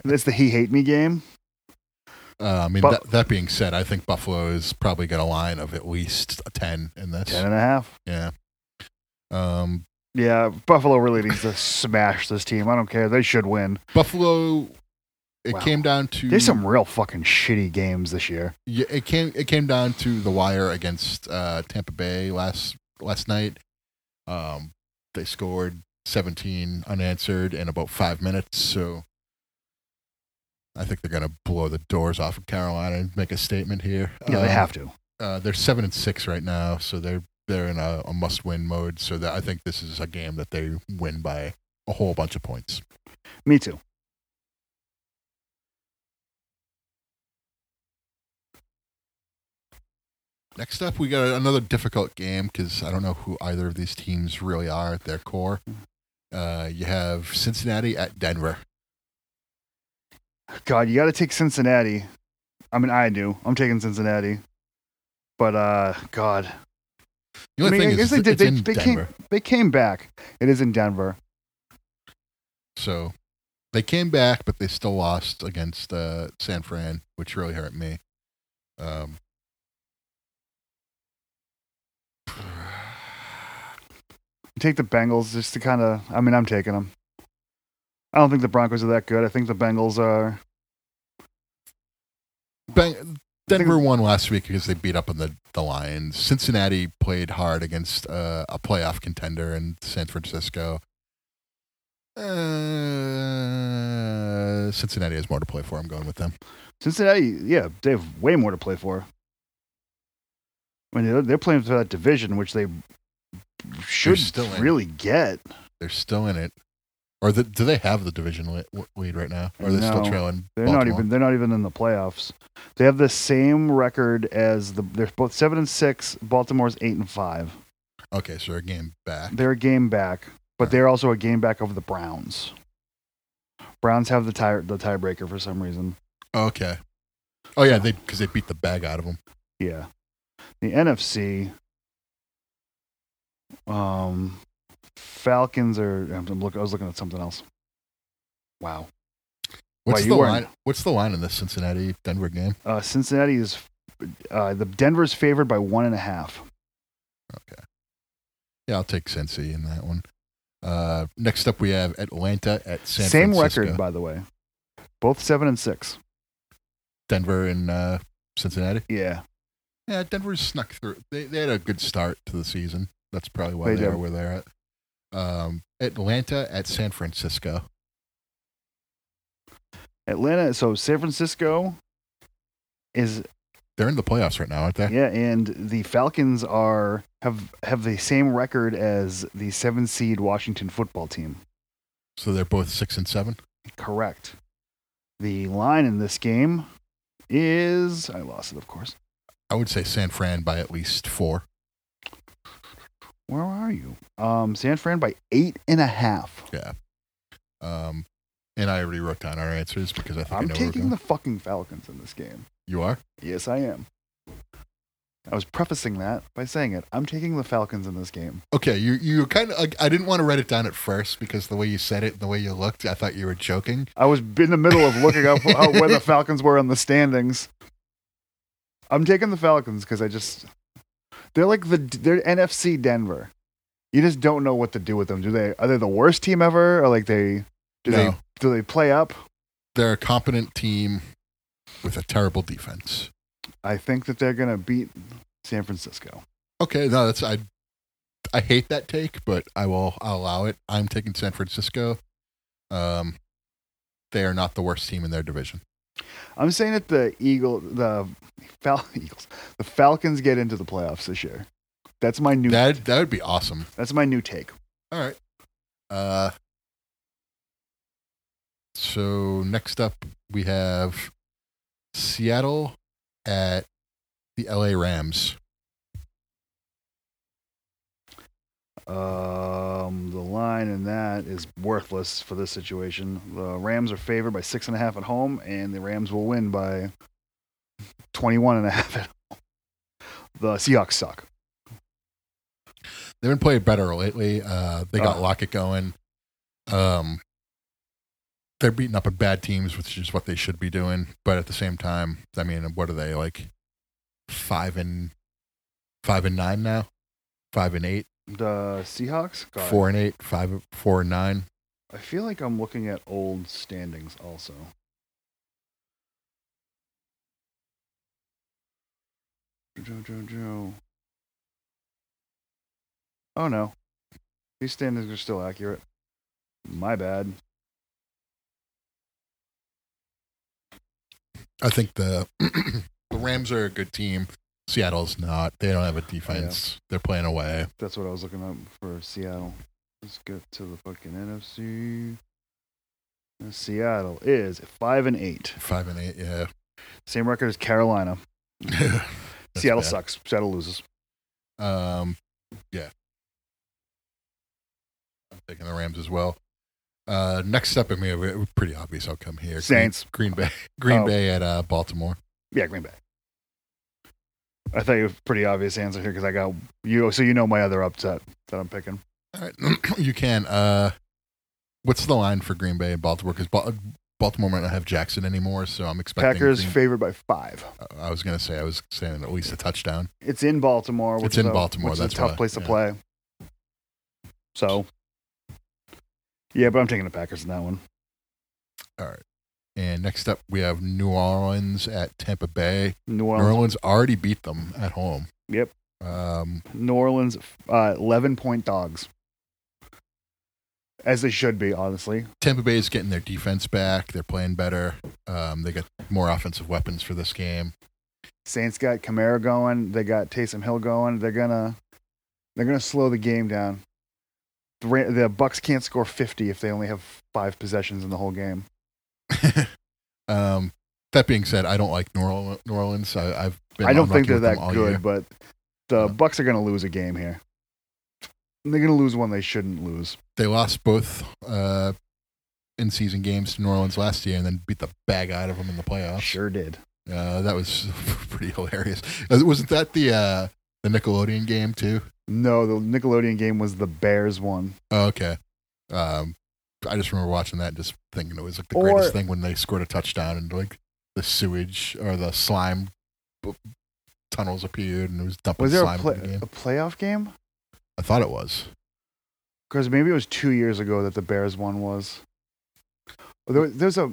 Speaker 2: That's the he hate me game.
Speaker 1: I mean,
Speaker 2: Bu-
Speaker 1: that, that being said, I think Buffalo is probably got a line of at least ten in this.
Speaker 2: Ten and a half.
Speaker 1: Yeah. Um,
Speaker 2: Yeah, Buffalo really needs to smash this team. I don't care. They should win.
Speaker 1: Buffalo. It
Speaker 2: Wow.
Speaker 1: came down to
Speaker 2: There's some real fucking shitty games this year.
Speaker 1: Yeah, it came it came down to the wire against uh, Tampa Bay last last night. Um, they scored 17 unanswered in about five minutes. So I think they're going to blow the doors off of Carolina and make a statement here.
Speaker 2: Yeah, they
Speaker 1: Um,
Speaker 2: have to.
Speaker 1: uh, they're seven and six right now, so they're they're in a, a must win mode. So that I think this is a game that they win by a whole bunch of points.
Speaker 2: Me too.
Speaker 1: Next up, we got another difficult game because I don't know who either of these teams really are at their core. Uh, you have Cincinnati at Denver.
Speaker 2: God, you got to take Cincinnati. I mean, I do. I'm taking Cincinnati. But uh, God,
Speaker 1: The only
Speaker 2: I mean,
Speaker 1: thing
Speaker 2: I guess
Speaker 1: is,
Speaker 2: they
Speaker 1: it's,
Speaker 2: did-
Speaker 1: it's
Speaker 2: they-
Speaker 1: in
Speaker 2: they came-
Speaker 1: Denver,
Speaker 2: they came back. It is in Denver.
Speaker 1: so they came back, but they still lost against uh, San Fran, which really hurt me. Um,
Speaker 2: Take the Bengals just to kind of. I mean, I'm taking them. I don't think the Broncos are that good. I think the Bengals are.
Speaker 1: Ben- Denver won last week because they beat up on the, the Lions. Cincinnati played hard against uh, a playoff contender in San Francisco. Uh, Cincinnati has more to play for. I'm going with them.
Speaker 2: Cincinnati, yeah, they have way more to play for. I mean, they're, they're playing for that division, which they should
Speaker 1: still in.
Speaker 2: really get.
Speaker 1: They're still in it. Or the, do they have the division li- w- lead right now? Or are they still
Speaker 2: No,
Speaker 1: trailing?
Speaker 2: They're not
Speaker 1: Baltimore?
Speaker 2: even. They're not even in the playoffs. They have the same record as the. They're both seven and six. Baltimore's eight and five.
Speaker 1: Okay, so they're a game back.
Speaker 2: They're a game back, but they're also a game back of the Browns. Browns have the tie the tiebreaker for some reason.
Speaker 1: Okay. Oh, yeah, they because they beat the bag out of them.
Speaker 2: Yeah, the NFC. Um, Falcons are. I'm, I'm look, I was looking at something else. Wow.
Speaker 1: What's,
Speaker 2: you
Speaker 1: the
Speaker 2: weren't-
Speaker 1: line, what's the line in this Cincinnati Denver game?
Speaker 2: Uh, Cincinnati is. Uh, the Denver's favored by one and a half.
Speaker 1: Yeah, I'll take Cincy in that one. Uh, next up, we have Atlanta at San
Speaker 2: Same
Speaker 1: Francisco.
Speaker 2: record, by the way. Both seven and six.
Speaker 1: Denver and uh, Cincinnati.
Speaker 2: Yeah,
Speaker 1: Yeah, Denver snuck through. They, they had a good start to the season. That's probably why
Speaker 2: They
Speaker 1: they,
Speaker 2: did.
Speaker 1: are where they're at. Um, Atlanta at San Francisco.
Speaker 2: Atlanta. So San Francisco is
Speaker 1: They're in the playoffs right now, aren't they?
Speaker 2: yeah, and the Falcons are have have the same record as the seven seed Washington football team.
Speaker 1: So they're both six and seven.
Speaker 2: Correct. The line in this game is I lost it, of course.
Speaker 1: I would say San Fran by at least four.
Speaker 2: Where are you? Um, San Fran by eight and a half.
Speaker 1: Um, and I already wrote down our answers because I think I
Speaker 2: I'm
Speaker 1: know where we're going.
Speaker 2: taking the fucking Falcons in this game.
Speaker 1: you are.
Speaker 2: Yes, I am. I was prefacing that by saying it. I'm taking the Falcons in this game.
Speaker 1: Okay, you you kind of. I, I didn't want to write it down at first because the way you said it, and the way you looked, I thought you were joking.
Speaker 2: I was in the middle of looking up out where the Falcons were on the standings. I'm taking the Falcons because I just they're like the they're NFC Denver. You just don't know what to do with them. Do they are they the worst team ever? Or like they do
Speaker 1: no,
Speaker 2: they do they play up?
Speaker 1: they're a competent team with a terrible defense.
Speaker 2: I think that they're gonna beat San Francisco.
Speaker 1: Okay, no, that's I. I hate that take, but I will I'll allow it. I'm taking San Francisco. Um, they are not the worst team in their division.
Speaker 2: I'm saying that the Eagle the Fal- Eagles the Falcons get into the playoffs this year. That's my new
Speaker 1: That that would be awesome.
Speaker 2: that's my new take.
Speaker 1: All right. Uh, so next up we have Seattle at the LA Rams.
Speaker 2: Um, the line in that is worthless for this situation. The Rams are favored by six and a half at home, and the Rams will win by 21 and a half at home. The Seahawks suck.
Speaker 1: They've been playing better lately. Uh, they got
Speaker 2: Oh.
Speaker 1: Lockett going. Um, they're beating up on bad teams, which is what they should be doing. But at the same time, I mean, what are they like? Five and five and nine now. Five and eight,
Speaker 2: The Seahawks. God,
Speaker 1: four and eight, five, four and nine.
Speaker 2: I feel like I'm looking at old standings also. Joe, Joe, Joe. Oh no, these standings are still accurate. My bad.
Speaker 1: I think the the Rams are a good team. Seattle's not. They don't have a defense. They're playing away.
Speaker 2: That's what I was looking up for Seattle. Let's get to the fucking NFC. And Seattle is five and eight,
Speaker 1: Five and eight. Yeah.
Speaker 2: same record as Carolina.
Speaker 1: That's
Speaker 2: Seattle
Speaker 1: bad.
Speaker 2: sucks. Seattle loses.
Speaker 1: Um, yeah. I'm taking the Rams as well. Uh, next up, I mean, it was pretty obvious outcome here. Green-
Speaker 2: Saints.
Speaker 1: Green, Bay, Green
Speaker 2: Oh.
Speaker 1: Bay at uh, Baltimore.
Speaker 2: Yeah, Green Bay. I thought you was a pretty obvious answer here because I got you. So you know my other upset that I'm picking.
Speaker 1: All right, you can. Uh, what's the line for Green Bay and Baltimore? Because Baltimore might not have Jackson anymore, so I'm expecting.
Speaker 2: Packers
Speaker 1: Green-
Speaker 2: favored by five.
Speaker 1: I was gonna say I was saying at least a touchdown.
Speaker 2: It's in Baltimore. Which
Speaker 1: It's
Speaker 2: is
Speaker 1: in
Speaker 2: a,
Speaker 1: Baltimore,
Speaker 2: Which
Speaker 1: that's
Speaker 2: is a tough
Speaker 1: why,
Speaker 2: place to
Speaker 1: yeah.
Speaker 2: play. So, yeah, but I'm taking the Packers in that one.
Speaker 1: And next up, we have New Orleans at Tampa Bay.
Speaker 2: New
Speaker 1: New
Speaker 2: Orleans,
Speaker 1: Orleans already beat them at home.
Speaker 2: Yep.
Speaker 1: Um,
Speaker 2: New Orleans, uh, eleven point dogs, as they should be, honestly.
Speaker 1: Tampa Bay is getting their defense back. They're playing better. Um, they got more offensive weapons for this game.
Speaker 2: Saints got Kamara going. They got Taysom Hill going. They're gonna they're gonna slow the game down. The, Ra- the Bucks can't score fifty if they only have five possessions in the whole game.
Speaker 1: um, that being said, I don't like New Orleans. New Orleans. I, I've been
Speaker 2: I
Speaker 1: on
Speaker 2: don't
Speaker 1: record
Speaker 2: think they're
Speaker 1: with them
Speaker 2: that
Speaker 1: all
Speaker 2: good,
Speaker 1: year.
Speaker 2: but
Speaker 1: Yeah.
Speaker 2: the Bucks are gonna lose a game here. And they're gonna lose one they shouldn't lose.
Speaker 1: They lost both uh, in-season games to New Orleans last year, and then beat the bag out of them in the playoffs.
Speaker 2: Sure did.
Speaker 1: Uh, that was pretty hilarious. Uh, Wasn't that the uh, the Nickelodeon game too?
Speaker 2: No, the Nickelodeon game was the Bears one.
Speaker 1: Oh, okay. Um, I just remember watching that, and just thinking it was like the
Speaker 2: Or-
Speaker 1: greatest thing when they scored a touchdown and like the sewage or the slime b- tunnels appeared and it was dumping
Speaker 2: Was there a,
Speaker 1: slime.
Speaker 2: play,
Speaker 1: in the game.
Speaker 2: a playoff game?
Speaker 1: I thought it was.
Speaker 2: Because maybe it was two years ago that the Bears one was. Oh, There, there's a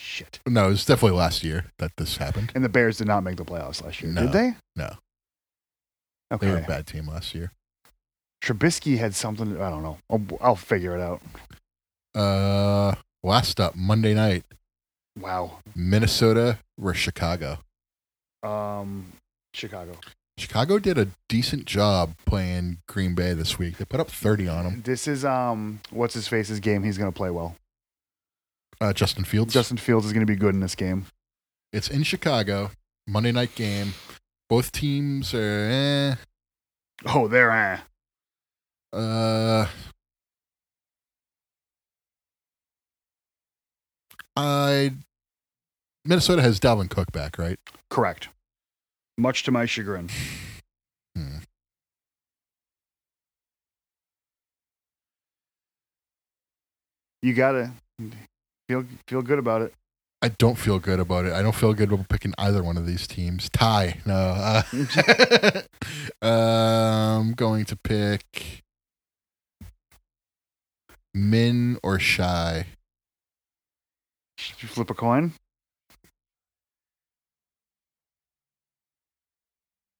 Speaker 2: shit.
Speaker 1: No, it was definitely last year that this happened.
Speaker 2: And the Bears did not make the playoffs last year,
Speaker 1: No,
Speaker 2: did they?
Speaker 1: no. They were a
Speaker 2: Okay.
Speaker 1: bad team last year.
Speaker 2: Trubisky had something. I don't know. I'll, I'll figure it out.
Speaker 1: Uh, last up Monday night,
Speaker 2: Wow.
Speaker 1: Minnesota versus Chicago.
Speaker 2: Um, Chicago.
Speaker 1: Chicago did a decent job playing Green Bay this week. They put up 30 on them.
Speaker 2: This is um, what's his face's game. He's gonna play well.
Speaker 1: Uh, Justin Fields.
Speaker 2: Justin Fields is gonna be good in this game.
Speaker 1: It's in Chicago. Monday night game. Both teams are. Eh,
Speaker 2: Oh, there. Eh.
Speaker 1: uh, I. Minnesota has Dalvin Cook back, right?
Speaker 2: Correct. Much to my chagrin.
Speaker 1: Hmm.
Speaker 2: You gotta feel feel good about it.
Speaker 1: I don't feel good about it. I don't feel good about picking either one of these teams. Tie. No. Uh, I'm going to pick Min or Shy.
Speaker 2: Should you flip a coin?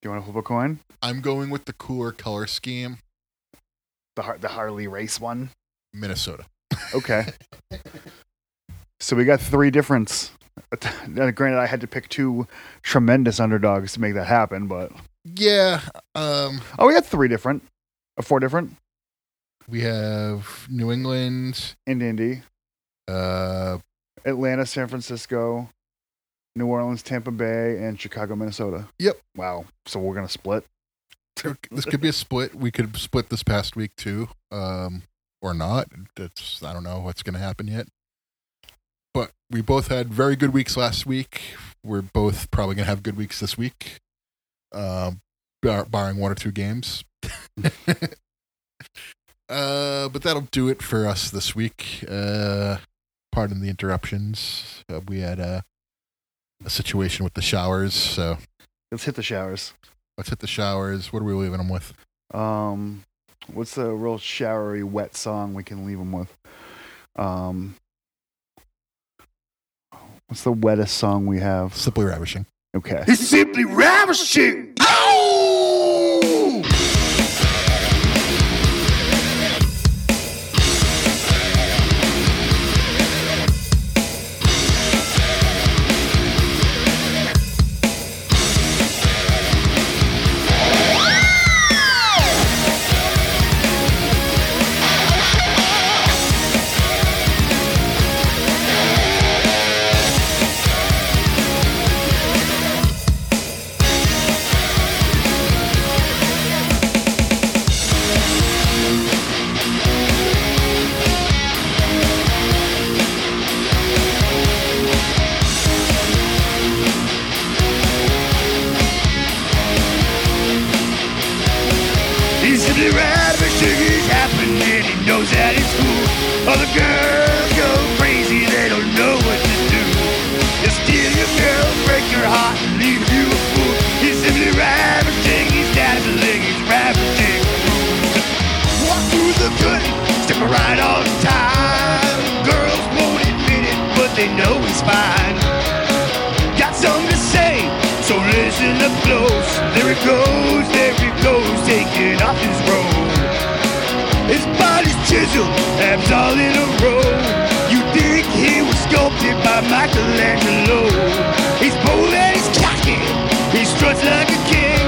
Speaker 2: Do you want to flip a coin?
Speaker 1: I'm going with the cooler color scheme,
Speaker 2: The Har- the Harley race one.
Speaker 1: Minnesota.
Speaker 2: Okay. so we got three difference. Now, granted, I had to pick two tremendous underdogs to make that happen, but
Speaker 1: Yeah. Um,
Speaker 2: oh, we got three different, or four different.
Speaker 1: we have New England,
Speaker 2: In Indy,
Speaker 1: uh,
Speaker 2: Atlanta, San Francisco, New Orleans, Tampa Bay, and Chicago, Minnesota.
Speaker 1: Yep.
Speaker 2: Wow. So we're gonna split.
Speaker 1: this could be a split. We could split this past week too, um, or not. That's I don't know what's going to happen yet. But we both had very good weeks last week. We're both probably going to have good weeks this week, um, bar- barring one or two games. uh, but that'll do it for us this week. Uh, pardon the interruptions. Uh, we had a, a situation with the showers, so
Speaker 2: Let's hit the showers.
Speaker 1: let's hit the showers. What are we leaving them with?
Speaker 2: Um, what's the real showery, wet song we can leave them with? Um, what's the wettest song we have?
Speaker 1: Simply ravishing.
Speaker 2: Okay.
Speaker 3: It's simply ravishing. Ow! was out in school. All the girls go crazy, they don't know what to do. You steal your girl, break your heart, and leave you a fool. He's simply ravishing, he's dazzling, he's ravishing. Walk through the good, stick around all the time. Girls won't admit it, but they know he's fine. Got something to say, so listen up close. There it goes, there it goes, taking off his robe. His body's chiseled, abs all in a row. You think he was sculpted by Michelangelo? He's bold and he's cocky, he struts like a king.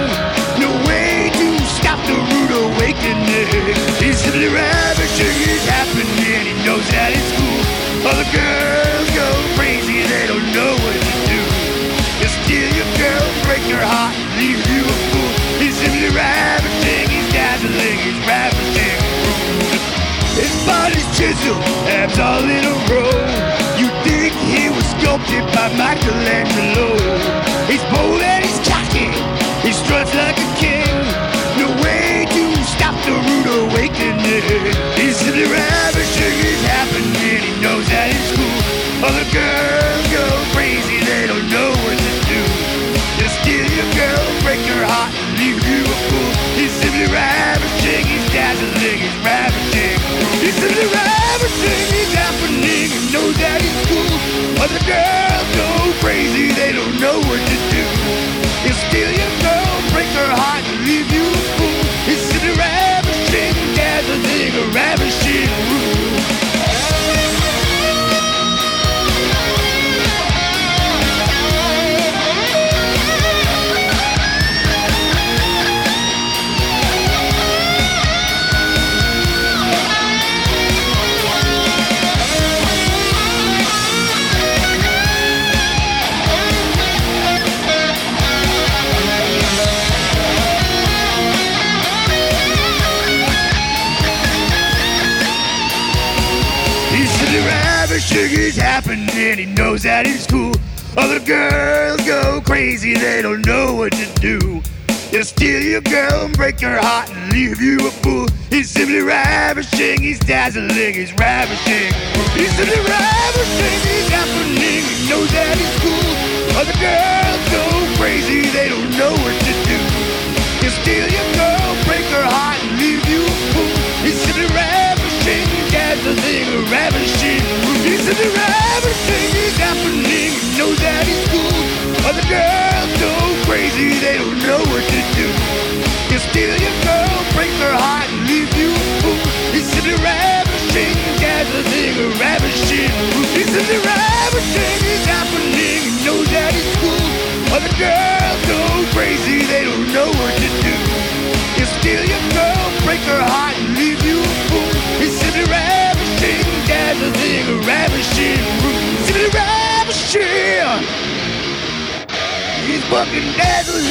Speaker 3: No way to stop the rude awakening. He's simply ravishing, he's happening, he knows that it's cool. All the girls go crazy, they don't know what to do. You steal your girl, break your heart, leave you a fool. He's simply ravishing, he's dazzling, he's ravishing. His body's chiseled, abs all in a row. You think he was sculpted by Michelangelo? He's bold and he's cocky, he struts like a king. No way to stop the rude awakening. He's simply ravishing, he's happening, he knows that it's cool. Other girls go crazy, they don't know what to do. You steal your girl, break her heart, leave you a fool. He's simply ravishing, he's dazzling, he's ravishing. He's simply ravishing, he's happening, he knows that he's cool. Other girls go crazy, they don't know what to do. You steal your girl, break her heart, and leave you a fool. He's simply ravishing, dazzling, a ravishing rule. He's simply ravishing, he's happening, he knows that he's cool. Other girls go crazy, they don't know what to do. You steal your girl and break her heart and leave you a fool. He's simply ravishing, he's dazzling, he's ravishing. He's simply ravishing, he's happening, he knows that he's cool. Other girls go crazy, they don't know what to do. You steal your girl, break her heart and leave you a fool. He's simply ravishing, dazzling, ravishing. He's simply ravishing, he's happening, he knows that he's cool. Other girls go crazy, they don't know what to do. You steal your girl, break her heart and leave you a fool. He's simply ravishing, dazzling, ravishing. He's simply ravishing, he's happening, he knows that he's cool. Other girls go crazy, they don't know what to do. You steal your girl, break her heart, and leave you a fool. It's simply ravishing, dazzling, ravishing, rude. Simply ravishing. He's fucking dazzling,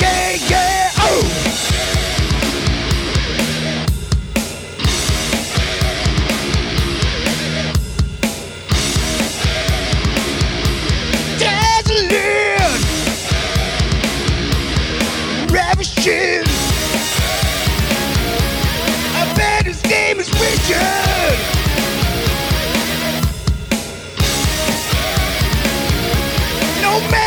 Speaker 3: yeah, yeah, oh. Dazzling, ravishing. I bet his name is Richard. No matter. Oh.